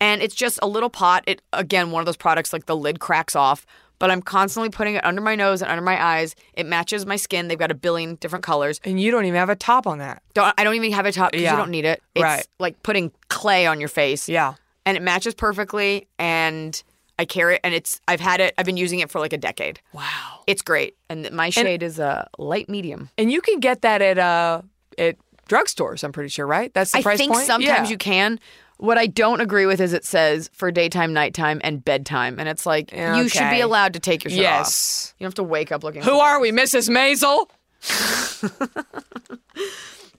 and it's just a little pot. It again one of those products like the lid cracks off, but I'm constantly putting it under my nose and under my eyes. It matches my skin. They've got a billion different colors. And you don't even have a top on that. Don't, I don't even have a top because Yeah. you don't need it. It's Right. like putting clay on your face. Yeah. and it matches perfectly. And I carry it, and it's I've had it. I've been using it for like a decade. Wow. It's great, and my shade is a light medium. And you can get that at uh at drugstores. I'm pretty sure, right? That's the I price think point. Yeah. sometimes you can. What I don't agree with is it says for daytime, nighttime, and bedtime, and it's like you should Okay. be allowed to take your shit Yes. off. You don't have to wake up looking. Who are we, Mrs. Maisel?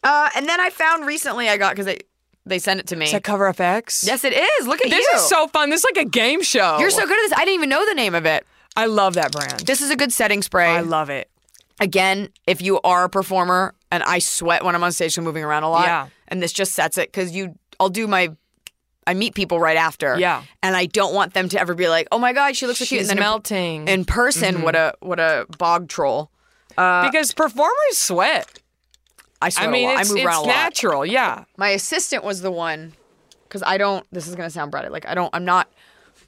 Uh, and then I found recently I got because they they sent it to me. Is that Cover FX? yes, it is. Look at This you. is so fun. This is like a game show. You're so good at this. I didn't even know the name of it. I love that brand. This is a good setting spray. I love it. Again, if you are a performer, and I sweat when I'm on stage, so I'm moving around a lot. Yeah. And this just sets it because you. I'll do my. I meet people right after. Yeah. And I don't want them to ever be like, "Oh my god, she looks so cute." She's And then in- melting. Mm-hmm. in person what a what a bog troll Uh, because performers sweat. i sweat I mean, a lot. it's, i move it's around a lot natural. Yeah. my assistant was the one because i don't this is going to sound bratty like i don't i'm not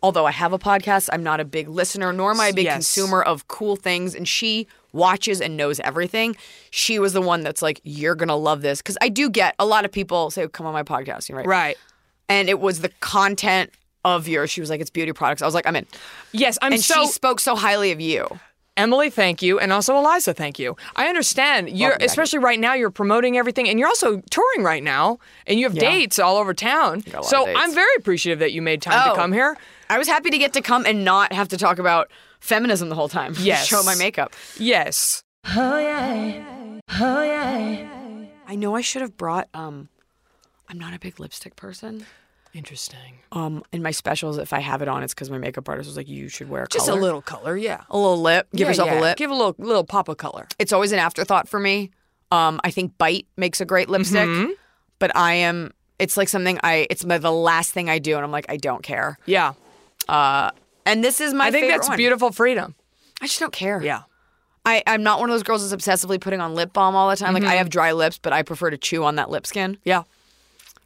although i have a podcast i'm not a big listener nor am i a big Yes. consumer of cool things and she watches and knows everything she was the one that's like you're going to love this because i do get a lot of people say come on my podcast right Right. and it was the content of yours she was like it's beauty products i was like i'm in Yes, I'm and so she spoke so highly of you Emily, thank you, and also Eliza, thank you. I understand you're, Welcome back. especially right now, you're promoting everything, and you're also touring right now, and you have dates all over town. a lot So of dates. I'm very appreciative that you made time Oh. to come here. I was happy to get to come and not have to talk about feminism the whole time. Yes. Show my makeup. Yes, Oh yeah. Oh yeah. I know I should have brought. Um, I'm not a big lipstick person. Interesting. Um, in my specials, if I have it on, it's because my makeup artist was like, "You should wear Just color." a little color, yeah. a little lip. Give Yeah, yourself yeah. a lip. Give a little little pop of color. it's always an afterthought for me. Um, I think Bite makes a great lipstick, Mm-hmm. but I am. It's like something I. It's my, the last thing I do, and I'm like, I don't care. Yeah. And this is my. I think favorite that's one. beautiful freedom. I just don't care. Yeah. I, I'm not one of those girls that's obsessively putting on lip balm all the time. Mm-hmm. Like I have dry lips, but I prefer to chew on that lip skin. Yeah.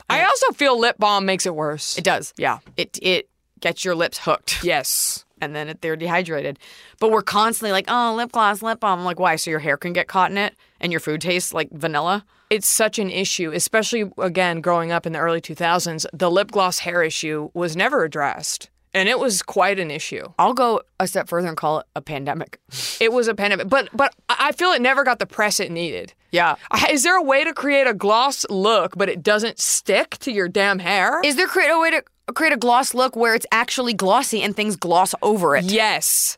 I also feel lip balm makes it worse. It does. Yeah. It it gets your lips hooked, Yes. and then it, they're dehydrated. But we're constantly like, oh, lip gloss, lip balm. I'm like, why? So your hair can get caught in it, and your food tastes like vanilla. It's such an issue, especially again growing up in the early 2000s. The lip gloss hair issue was never addressed, and it was quite an issue. I'll go a step further and call it a pandemic. It was a pandemic, but but I I feel it never got the press it needed. Yeah. I- Is there a way to create a gloss look, but it doesn't stick to your damn hair? Is there create a way to create a gloss look where it's actually glossy and things gloss over it? yes,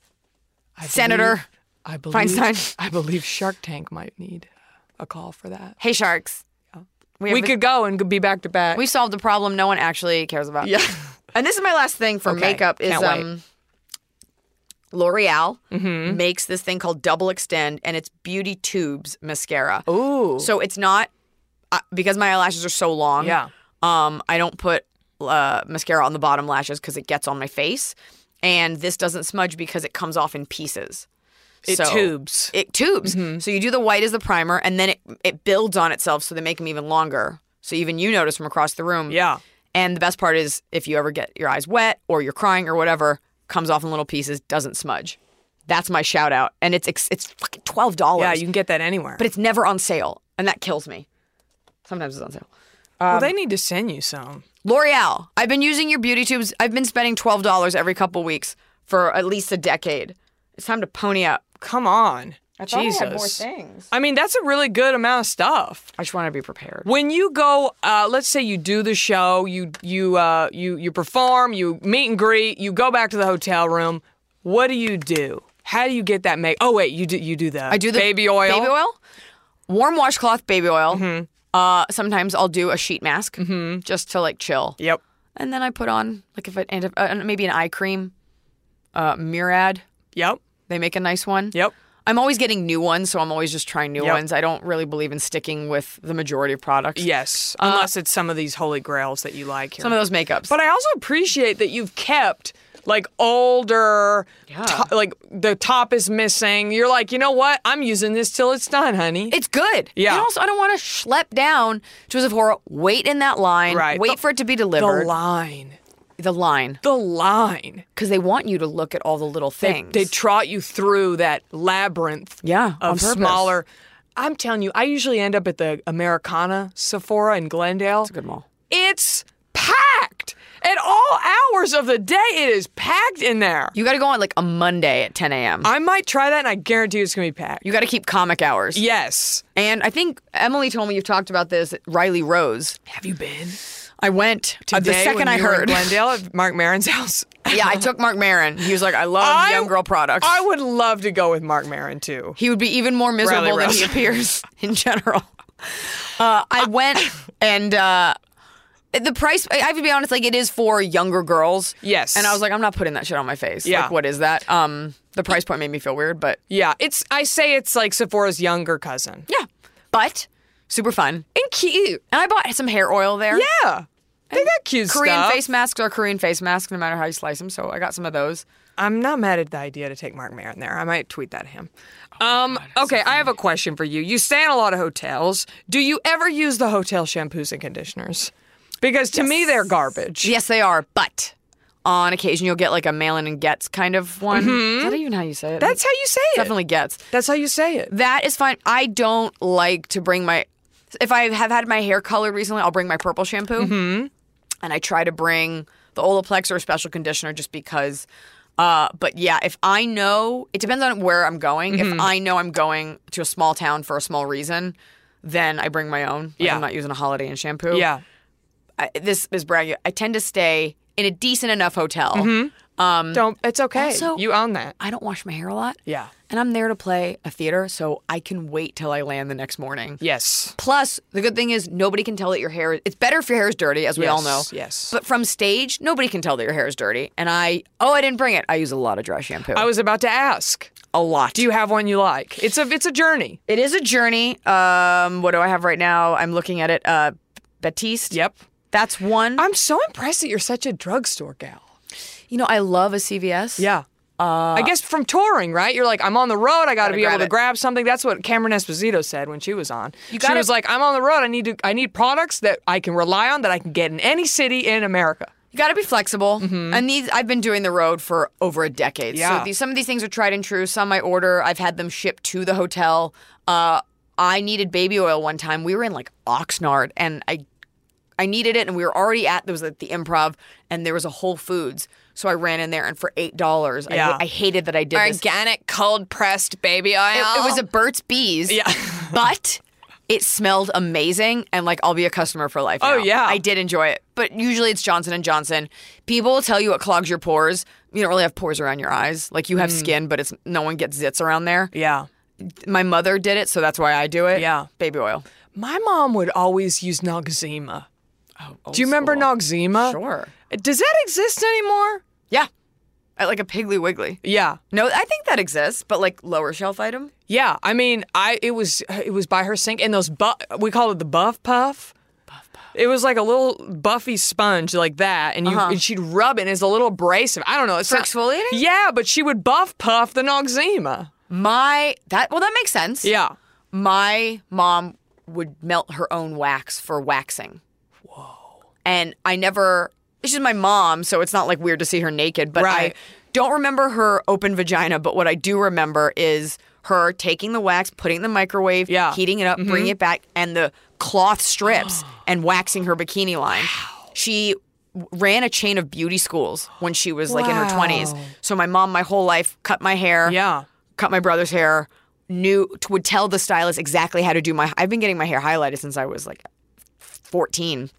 I Senator. believe- I believe, Feinstein. I believe Shark Tank might need a call for that. Hey sharks. We, Oh. We have a- could go and be back to back. we solved a problem no one actually cares about. yeah. And this is my last thing for Okay, makeup is can't wait. Mm-hmm. um L'Oreal makes this thing called Double Extend and it's Beauty Tubes mascara. Ooh. So it's not uh, because my eyelashes are so long. Yeah. Um, I don't put uh, mascara on the bottom lashes because it gets on my face, and this doesn't smudge because it comes off in pieces. It tubes. Mm-hmm. It tubes. So you do the white as the primer, and then it it builds on itself, so they make them even longer. So even you notice from across the room. Yeah. And the best part is if you ever get your eyes wet or you're crying or whatever, comes off in little pieces, doesn't smudge. That's my shout out, and it's ex- it's fucking twelve dollars Yeah, you can get that anywhere. but it's never on sale, and that kills me. Sometimes it's on sale. well, they need to send you some. L'Oreal, I've been using your beauty tubes. I've been spending twelve dollars every couple weeks for at least a decade. It's time to pony up. Come on. Jesus. things. I mean, that's a really good amount of stuff. I just want to be prepared. When you go, uh, let's say you do the show, you you uh, you you perform, you meet and greet, you go back to the hotel room. What do you do? How do you get that make? Oh wait, you do you do the I do the baby oil. Mm-hmm. baby oil, warm washcloth baby oil. Uh, sometimes I'll do a sheet mask just to like chill, Yep. and then I put on like if it, and uh, maybe an eye cream, uh, Murad. Yep. They make a nice one. Yep. I'm always getting new ones, so I'm always just trying new Yep. ones. I don't really believe in sticking with the majority of products. Yes. Unless it's some of these holy grails that you like here. Uh, Some of those makeups. But I also appreciate that you've kept like older, to- like the top is missing. You're like, you know what? I'm using this till it's done, honey. it's good. Yeah. And also, I don't want to schlep down to a Sephora, wait in that line, Right. wait The- for it to be the delivered. line, the line. the line. Because they want you to look at all the little things. They trot you through that labyrinth. Yeah, on of purpose. smaller. I'm telling you, I usually end up at the Americana Sephora in Glendale. It's good mall. It's packed at all hours of the day. It is packed in there. you got to go on like a Monday at 10 a.m. I might try that, and I guarantee you it's gonna be packed. you got to keep comic hours. yes. And I think Emily told me you've talked about this, Riley Rose. Have you been? I went uh, the Today, when second I you were in heard. Glendale at Mark Maron's house. yeah, I took Mark Maron. He was like, I love I- young girl products. I would love to go with Mark Maron too. He would be even more miserable than Rose. he appears in general. Uh, I went and uh, the price. I have to be honest; like it is for younger girls. Yes. And I was like, I'm not putting that shit on my face. Yeah. Like, what is that? Um, the price point made me feel weird, but Yeah, it's. I say it's like Sephora's younger cousin. yeah, but super fun. And cute. And I bought some hair oil there. Yeah, they got cute Korean stuff. face masks are Korean face masks, no matter how you slice them. So I got some of those. I'm not mad at the idea to take Mark Maron there. I might tweet that at him. um, okay, I have a question for you. You stay in a lot of hotels. Do you ever use the hotel shampoos and conditioners? Because to me, they're garbage. Yes, they are. But on occasion, you'll get like a Malin and Getz kind of one. Is that even how you say it? Mm-hmm. That's how you say it. definitely Getz. That's how you say it. That is fine. I don't like to bring my. If I have had my hair colored recently, I'll bring my purple shampoo, Mm-hmm. and I try to bring the Olaplex or a special conditioner just because. Uh, but yeah, if I know, it depends on where I'm going. If Mm-hmm. I know I'm going to a small town for a small reason, then I bring my own. Like, Yeah. I'm not using a Holiday Inn shampoo. Yeah. Mm-hmm. I, this is braggy. I tend to stay in a decent enough hotel Um, Don't. It's okay. Also- you own that. I don't wash my hair a lot. Yeah. And I'm there to play a theater, so I can wait till I land the next morning. Yes. Plus, the good thing is nobody can tell that your hair. It's better if your hair is dirty, as we all know. Yes, yes. But from stage, nobody can tell that your hair is dirty. And I, oh, I didn't bring it. I use a lot of dry shampoo. I was about to ask. a lot. Do you have one you like? It's a it's a journey. it is a journey. Um, what do I have right now? I'm looking at it. Uh, Batiste. Yep. That's one. I'm so impressed that you're such a drugstore gal. you know, I love a CVS. Yeah. I guess from touring, right? You're like, I'm on the road. I got to be able grab to it. grab something. That's what Cameron Esposito said when she was on. she gotta- was like, I'm on the road. I need to. I need products that I can rely on that I can get in any city in America. You got to be flexible. And these, I've been doing the road for over a decade. Mm-hmm. Yeah. So these, some of these things are tried and true. Some I order. I've had them shipped to the hotel. Uh, I needed baby oil one time. We were in like Oxnard, and I, I needed it, and we were already at there was at the Improv, and there was a Whole Foods. So I ran in there, and for eight dollars, Yeah. I, hated that I did this. Organic cold pressed baby oil. It, it was a Burt's Bees. Yeah. but it smelled amazing and like I'll be a customer for life. Oh, now. yeah. I did enjoy it. But usually it's Johnson and Johnson. People will tell you it clogs your pores. You don't really have pores around your eyes. Like you have Mm. skin, but it's no one gets zits around there. yeah. My mother did it, so that's why I do it. Yeah. Baby oil. My mom would always use Noxzema. Oh, Do you remember Noxzema? Sure. Does that exist anymore? Yeah. I- like a Piggly Wiggly. Yeah. No, I think that exists, but like lower shelf item. Yeah, I mean, I it was it was by her sink and those bu- we call it the buff puff. It was like a little buffy sponge like that, and, you, and she'd rub it, and it's a little abrasive. I don't know. It's Uh-huh. For not- exfoliating? Yeah, but she would buff puff the noxema. My that well that makes sense. Yeah. my mom would melt her own wax for waxing. Whoa. And I never, she's my mom, so it's not like weird to see her naked, but Right. I don't remember her open vagina. But what I do remember is her taking the wax, putting it in the microwave, Yeah. Mm-hmm. heating it up, bringing it back, and the cloth strips and waxing her bikini line. She w- ran a chain of beauty schools when she was like in her Wow. 20s. So my mom, my whole life, cut my hair Yeah. cut my brother's hair, knew t- would tell the stylist exactly how to do my I've been getting my hair highlighted since I was like 14.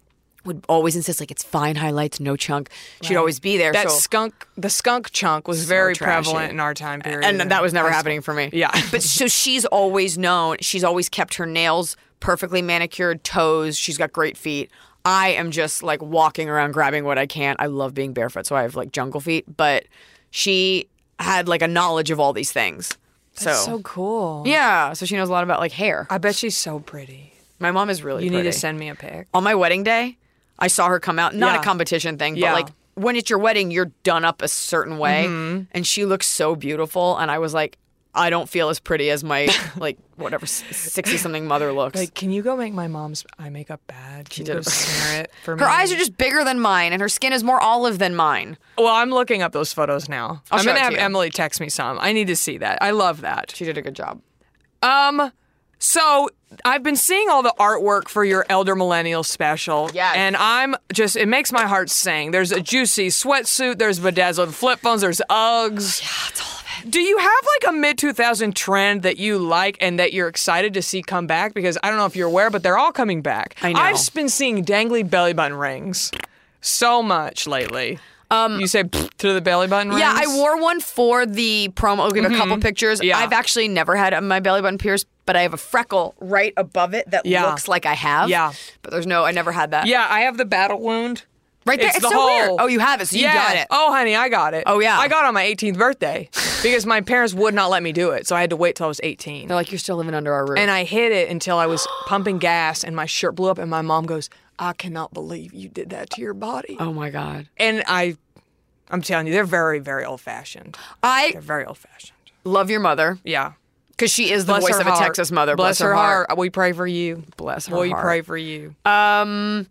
Would always insist like it's fine highlights, no chunk. She'd always be there. That so, skunk, the skunk chunk was very trashy. prevalent in our time period. and that was never High happening for me. Yeah. but so she's always known. She's always kept her nails perfectly manicured, toes. She's got great feet. I am just like walking around grabbing what I can. I love being barefoot, so I have like jungle feet. But she had like a knowledge of all these things. That's so cool. Yeah, so she knows a lot about like hair. I bet she's so pretty. My mom is really You pretty. need to send me a pic. On my wedding day, I saw her come out. Not Yeah. a competition thing, but Yeah. like when it's your wedding, you're done up a certain way, Mm-hmm. and she looks so beautiful. And I was like, I don't feel as pretty as my like whatever sixty something mother looks. Like, can you go make my mom's eye makeup bad? Can she you go did. smear it for me? her eyes are just bigger than mine, and her skin is more olive than mine. Well, I'm looking up those photos now. i I'll am show gonna it to have you. Emily text me some. I need to see that. I love that. She did a good job. Um, so I've been seeing all the artwork for your Elder Millennial special. Yes. And I'm just it makes my heart sing. There's a juicy sweatsuit. There's bedazzled flip phones. There's Uggs. Yeah, it's all of it. Do you have like a mid 2000 trend that you like and that you're excited to see come back? Because I don't know if you're aware, but they're all coming back. I know. I've s- been seeing dangly belly button rings so much lately. Um, you say "Pfft" to the belly button rings? Yeah, I wore one for the promo. I'll give a couple pictures. Mm-hmm. Yeah. I've actually never had my belly button pierced, but I have a freckle right above it that Yeah. looks like I have. Yeah. But there's no, I never had that. Yeah, I have the battle wound. Right there. It's It's, the so weird. whole- Oh, you have it. So you yeah. got it. Oh, honey, I got it. Oh, yeah. I got it on my 18th birthday because my parents would not let me do it, so I had to wait till I was 18. They're like, you're still living under our roof. And I hid it until I was pumping gas, and my shirt blew up, and my mom goes, "I cannot believe you did that to your body." oh my God. And I, I'm telling you, they're very, very old fashioned. I They're very old fashioned. love your mother Yeah. because she is the Bless voice her of a heart. Texas mother. Bless, her, heart. We pray for you. Bless her we heart. pray for you. Um,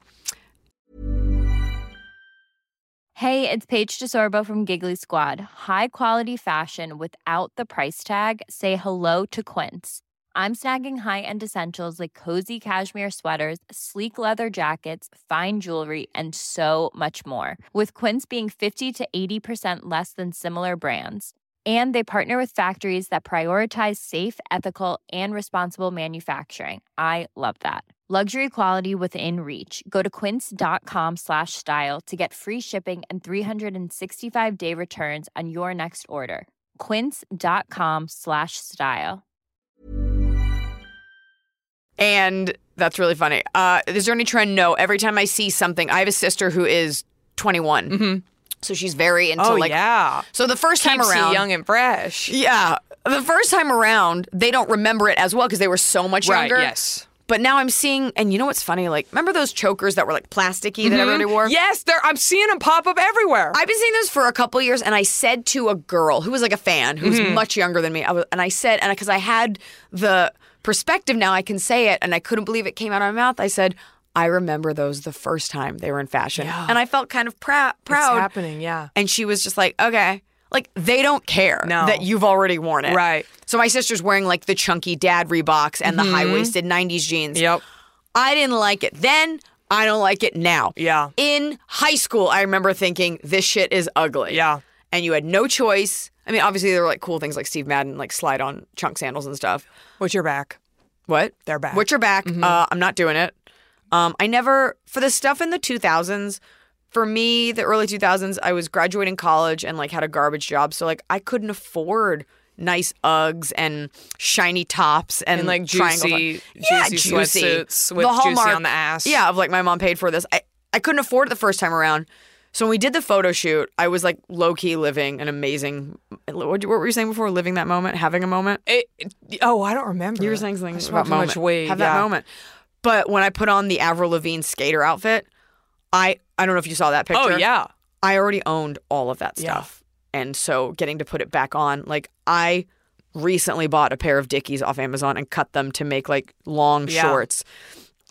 Hey, it's Paige DeSorbo from Giggly Squad. High quality fashion without the price tag. Say hello to Quince. I'm snagging high-end essentials like cozy cashmere sweaters, sleek leather jackets, fine jewelry, and so much more. With Quince being 50 to 80% less than similar brands. And they partner with factories that prioritize safe, ethical, and responsible manufacturing. I love that. Luxury quality within reach. Go to quince.com slash style to get free shipping and 365 day returns on your next order. Quince.com slash style. And that's really funny. Uh, is there any trend? No. Every time I see something, I have a sister who is 21. So she's very into Mm-hmm. Oh like. yeah, So the first time keeps you around. young and fresh. yeah. The first time around, they don't remember it as well because they were so much Right, younger. yes. But now I'm seeing, and you know what's funny? Like, remember those chokers that were like plasticky Mm-hmm. that everybody wore? Yes, there. I'm seeing them pop up everywhere. I've been seeing those for a couple years, and I said to a girl who was like a fan, who was Mm-hmm. much younger than me, I was, and I said, and because I had the perspective now, I can say it, and I couldn't believe it came out of my mouth. I said, I remember those the first time they were in fashion, and I felt kind of prou- proud. It's happening. Yeah. And she was just like, okay. Like they don't care No. that you've already worn it. Right. Mm-hmm. So my sister's wearing like the chunky dad Reeboks and the high waisted 90s jeans. Yep. I didn't like it then. I don't like it now. Yeah. In high school, I remember thinking this shit is ugly. Yeah. And you had no choice. I mean, obviously there were like cool things like Steve Madden, like slide on chunk sandals and stuff. What's your back? What? They're back. Mm-hmm. What's your back? Uh, I'm not doing it. Um, I never for the stuff in the 2000s. For me, the early 2000s, I was graduating college and like had a garbage job, so like I couldn't afford nice Uggs and shiny tops and, And, like, triangle top- juicy- yeah, juicy juicy. sweatsuits with the juicy on hallmark- the ass. Yeah, of like my mom paid for this. I I couldn't afford it the first time around. So when we did the photo shoot, I was like low key living an amazing. What what were you saying before? Living that moment, having a moment. It, it- oh, I don't remember. You were saying I something smoked about too moment. much weight. Have that yeah. moment. But when I put on the Avril Lavigne skater outfit, I I don't know if you saw that picture. Oh yeah. I already owned all of that Yeah. stuff, and so getting to put it back on, like I recently bought a pair of Dickies off Amazon and cut them to make like long Yeah. shorts.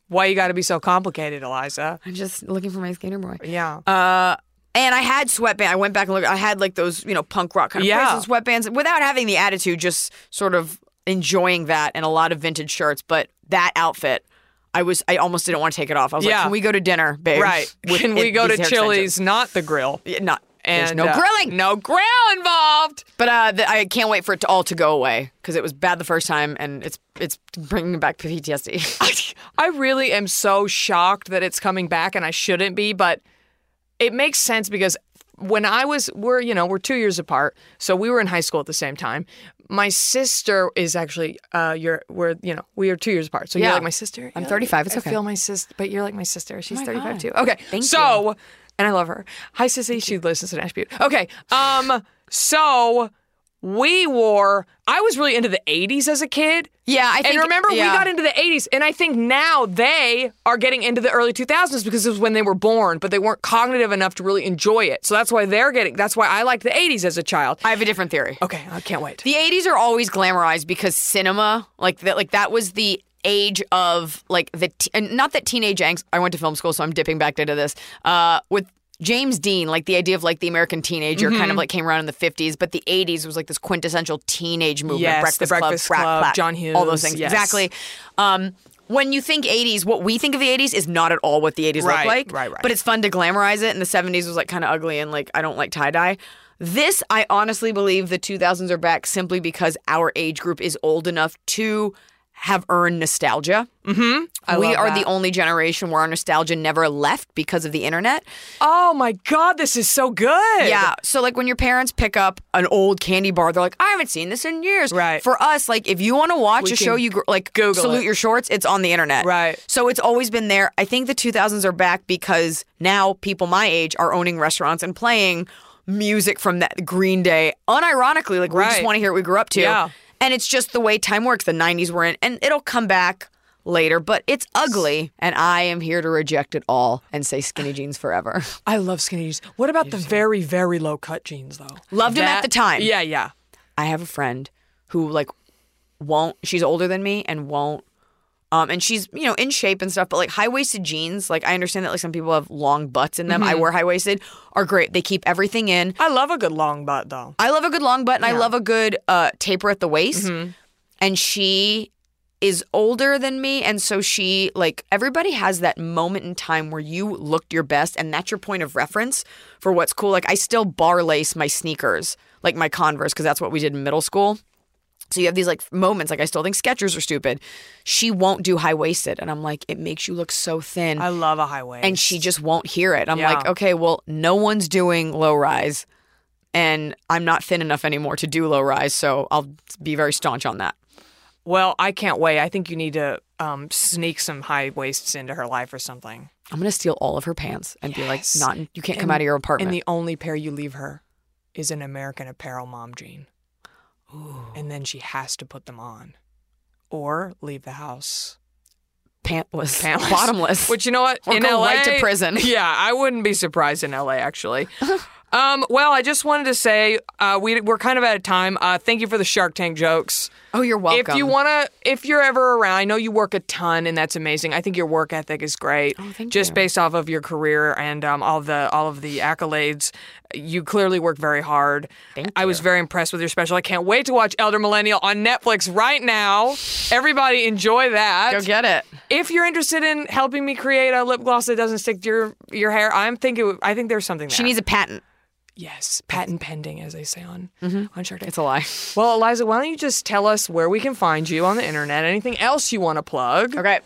Why you got to be so complicated, Eliza? I'm just looking for my skater boy. Yeah. Uh, and I had sweatband. I went back and looked. I had like those, you know, punk rock kind of Yeah. bracelets, sweatbands without having the attitude, just sort of enjoying that and a lot of vintage shirts. But that outfit, I was, I almost didn't want to take it off. I was like, Yeah. can we go to dinner, babe? right. With Can it- we go these to hair extensions?" Chili's, not the grill? Yeah, not. And there's no uh, grilling. No grill involved. But uh, the, I can't wait for it to all to go away because it was bad the first time and it's it's bringing back PTSD. I really am so shocked that it's coming back, and I shouldn't be, but it makes sense because when I was, we're, you know, we're two years apart. So we were in high school at the same time. My sister is actually, uh, you're, we're, you know, we are two years apart. So Yeah. you're like my sister. I'm You're 35, it's like, okay. I feel my sister, but you're like my sister. She's 35 Oh God. too. Okay. Thank so, and I love her. Hi, Sissy. She listens to Nash Butte. Okay. Um, so we wore, I was really into the 80s as a kid. yeah, I think. And remember, yeah. we got into the 80s, and I think now they are getting into the early 2000s because it was when they were born, but they weren't cognitive enough to really enjoy it. So that's why they're getting, that's why I liked the 80s as a child. I have a different theory. Okay, I can't wait. The 80s are always glamorized because cinema, like that, like that was the age of like the t- and not that teenage angst. I went to film school, so I'm dipping back into this uh, with James Dean. Like the idea of like the American teenager kind Mm-hmm. of like came around in the 50s, but the 80s was like this quintessential teenage movement. Yes, Breakfast The Breakfast Club, Frat Club, Pack, John all those Hughes, things yes. exactly. Um, when you think 80s, what we think of the 80s is not at all what the 80s Right, looked like. right, right. But it's fun to glamorize it. And the 70s was like kind of ugly and like I don't like tie dye. This, I honestly believe the 2000s are back simply because our age group is old enough to have earned nostalgia. Mm-hmm. We love are that. the only generation where our nostalgia never left because of the internet. Oh my God, this is so good. Yeah. So like when your parents pick up an old candy bar, they're like, I haven't seen this in years. Right. For us, like if you want to watch a show, can you gr- like Google salute it. your shorts. It's on the internet. Right. So it's always been there. I think the 2000s are back because now people my age are owning restaurants and playing music from that Green Day. Unironically, like we just Right. want to hear what we grew up to. Yeah. And it's just the way time works. The 90s were in, and it'll come back. Later, but it's ugly, and I am here to reject it all and say skinny jeans forever. I love skinny jeans. What about the very, very low cut jeans, though? Loved them at the time. Yeah, yeah. I have a friend who like won't she's older than me and won't um and she's you know in shape and stuff but like high-waisted jeans like I understand that like some people have long butts in them I wear high-waisted are great they keep everything in I love a good long butt, though. I love a good long butt and I love a good uh taper at the waist and she is older than me and so she like everybody has that moment in time where you looked your best and that's your point of reference for what's cool like I still bar lace my sneakers like my Converse cuz that's what we did in middle school So you have these like moments, like I still think Skechers are stupid. She won't do high waisted, and I'm like, it makes you look so thin, I love a high waist. and she just won't hear it. I'm Yeah. like, okay, well, no one's doing low rise, and I'm not thin enough anymore to do low rise, so I'll be very staunch on that. Well, I can't wait. I think you need to um, sneak some high waists into her life or something. I'm gonna steal all of her pants and be like, Yes. not you can't come And- out of your apartment. And the only pair you leave her is an American Apparel mom jean. And then she has to put them on or leave the house. pantless, Pantless. bottomless. Which you know what? Or in go LA, right to prison. Yeah, I wouldn't be surprised in LA actually. um, well, I just wanted to say uh, we we're kind of out of time. Uh, thank you for the Shark Tank jokes. oh, you're welcome. If you wanna, if you're ever around, I know you work a ton, and that's amazing. I think your work ethic is great. Oh, thank Just you. based off of your career and um, all the all of the accolades, you clearly work very hard. Thank I was you. very impressed with your special. I can't wait to watch Elder Millennial on Netflix right now. Everybody, enjoy that. go get it. If you're interested in helping me create a lip gloss that doesn't stick to your your hair, I'm thinking. I think there's something there. She needs a patent. yes, patent pending, as they say on on Shark Tank. Mm-hmm. It's a lie. Well, Eliza, why don't you just tell us where we can find you on the internet? Anything else you want to plug? Okay.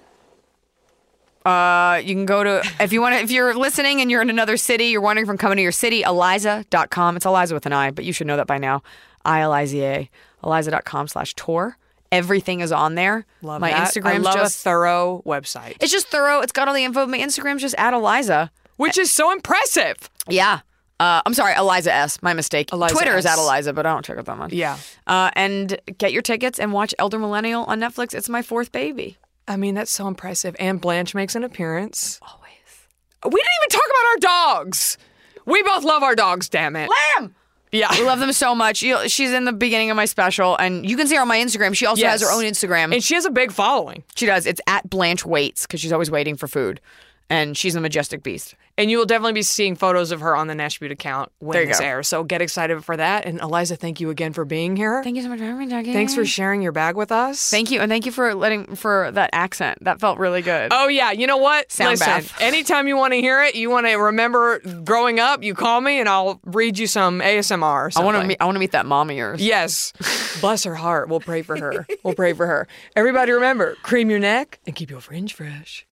Uh, you can go to if you want to if you're listening and you're in another city, you're wondering from coming to your city, Eliza.com. It's Eliza with an I, but you should know that by now. I L I Z A. Eliza.com slash tour. Everything is on there. Love my that. Instagram's I love just a thorough website, it's just thorough. It's got all the info. My Instagram's just at Eliza. which is so impressive. Yeah. Uh, I'm sorry, Eliza S. My mistake. Eliza Twitter is S. at Eliza, but I don't check out that one. Yeah. Uh, and get your tickets and watch Elder Millennial on Netflix. It's my fourth baby. I mean, that's so impressive. And Blanche makes an appearance. Always. We didn't even talk about our dogs. We both love our dogs. Damn it. Bam! Yeah. I love them so much. You, she's in the beginning of my special, and you can see her on my Instagram. She also Yes. has her own Instagram. And she has a big following. she does. It's at Blanche Waits because she's always waiting for food, and she's a majestic beast. And you will definitely be seeing photos of her on the Nash Butte account There when you this go. airs. So get excited for that. And Eliza, thank you again for being here. Thank you so much for having me, Jackie. Thanks for sharing your bag with us. Thank you, and thank you for letting for that accent. That felt really good. Oh yeah, you know what? Sound Listen, bath. anytime you want to hear it, you want to remember growing up. You call me and I'll read you some ASMR. Or I something. want to meet. I want to meet that mom of yours. Yes, bless her heart. We'll pray for her. We'll pray for her. Everybody, remember: cream your neck and keep your fringe fresh.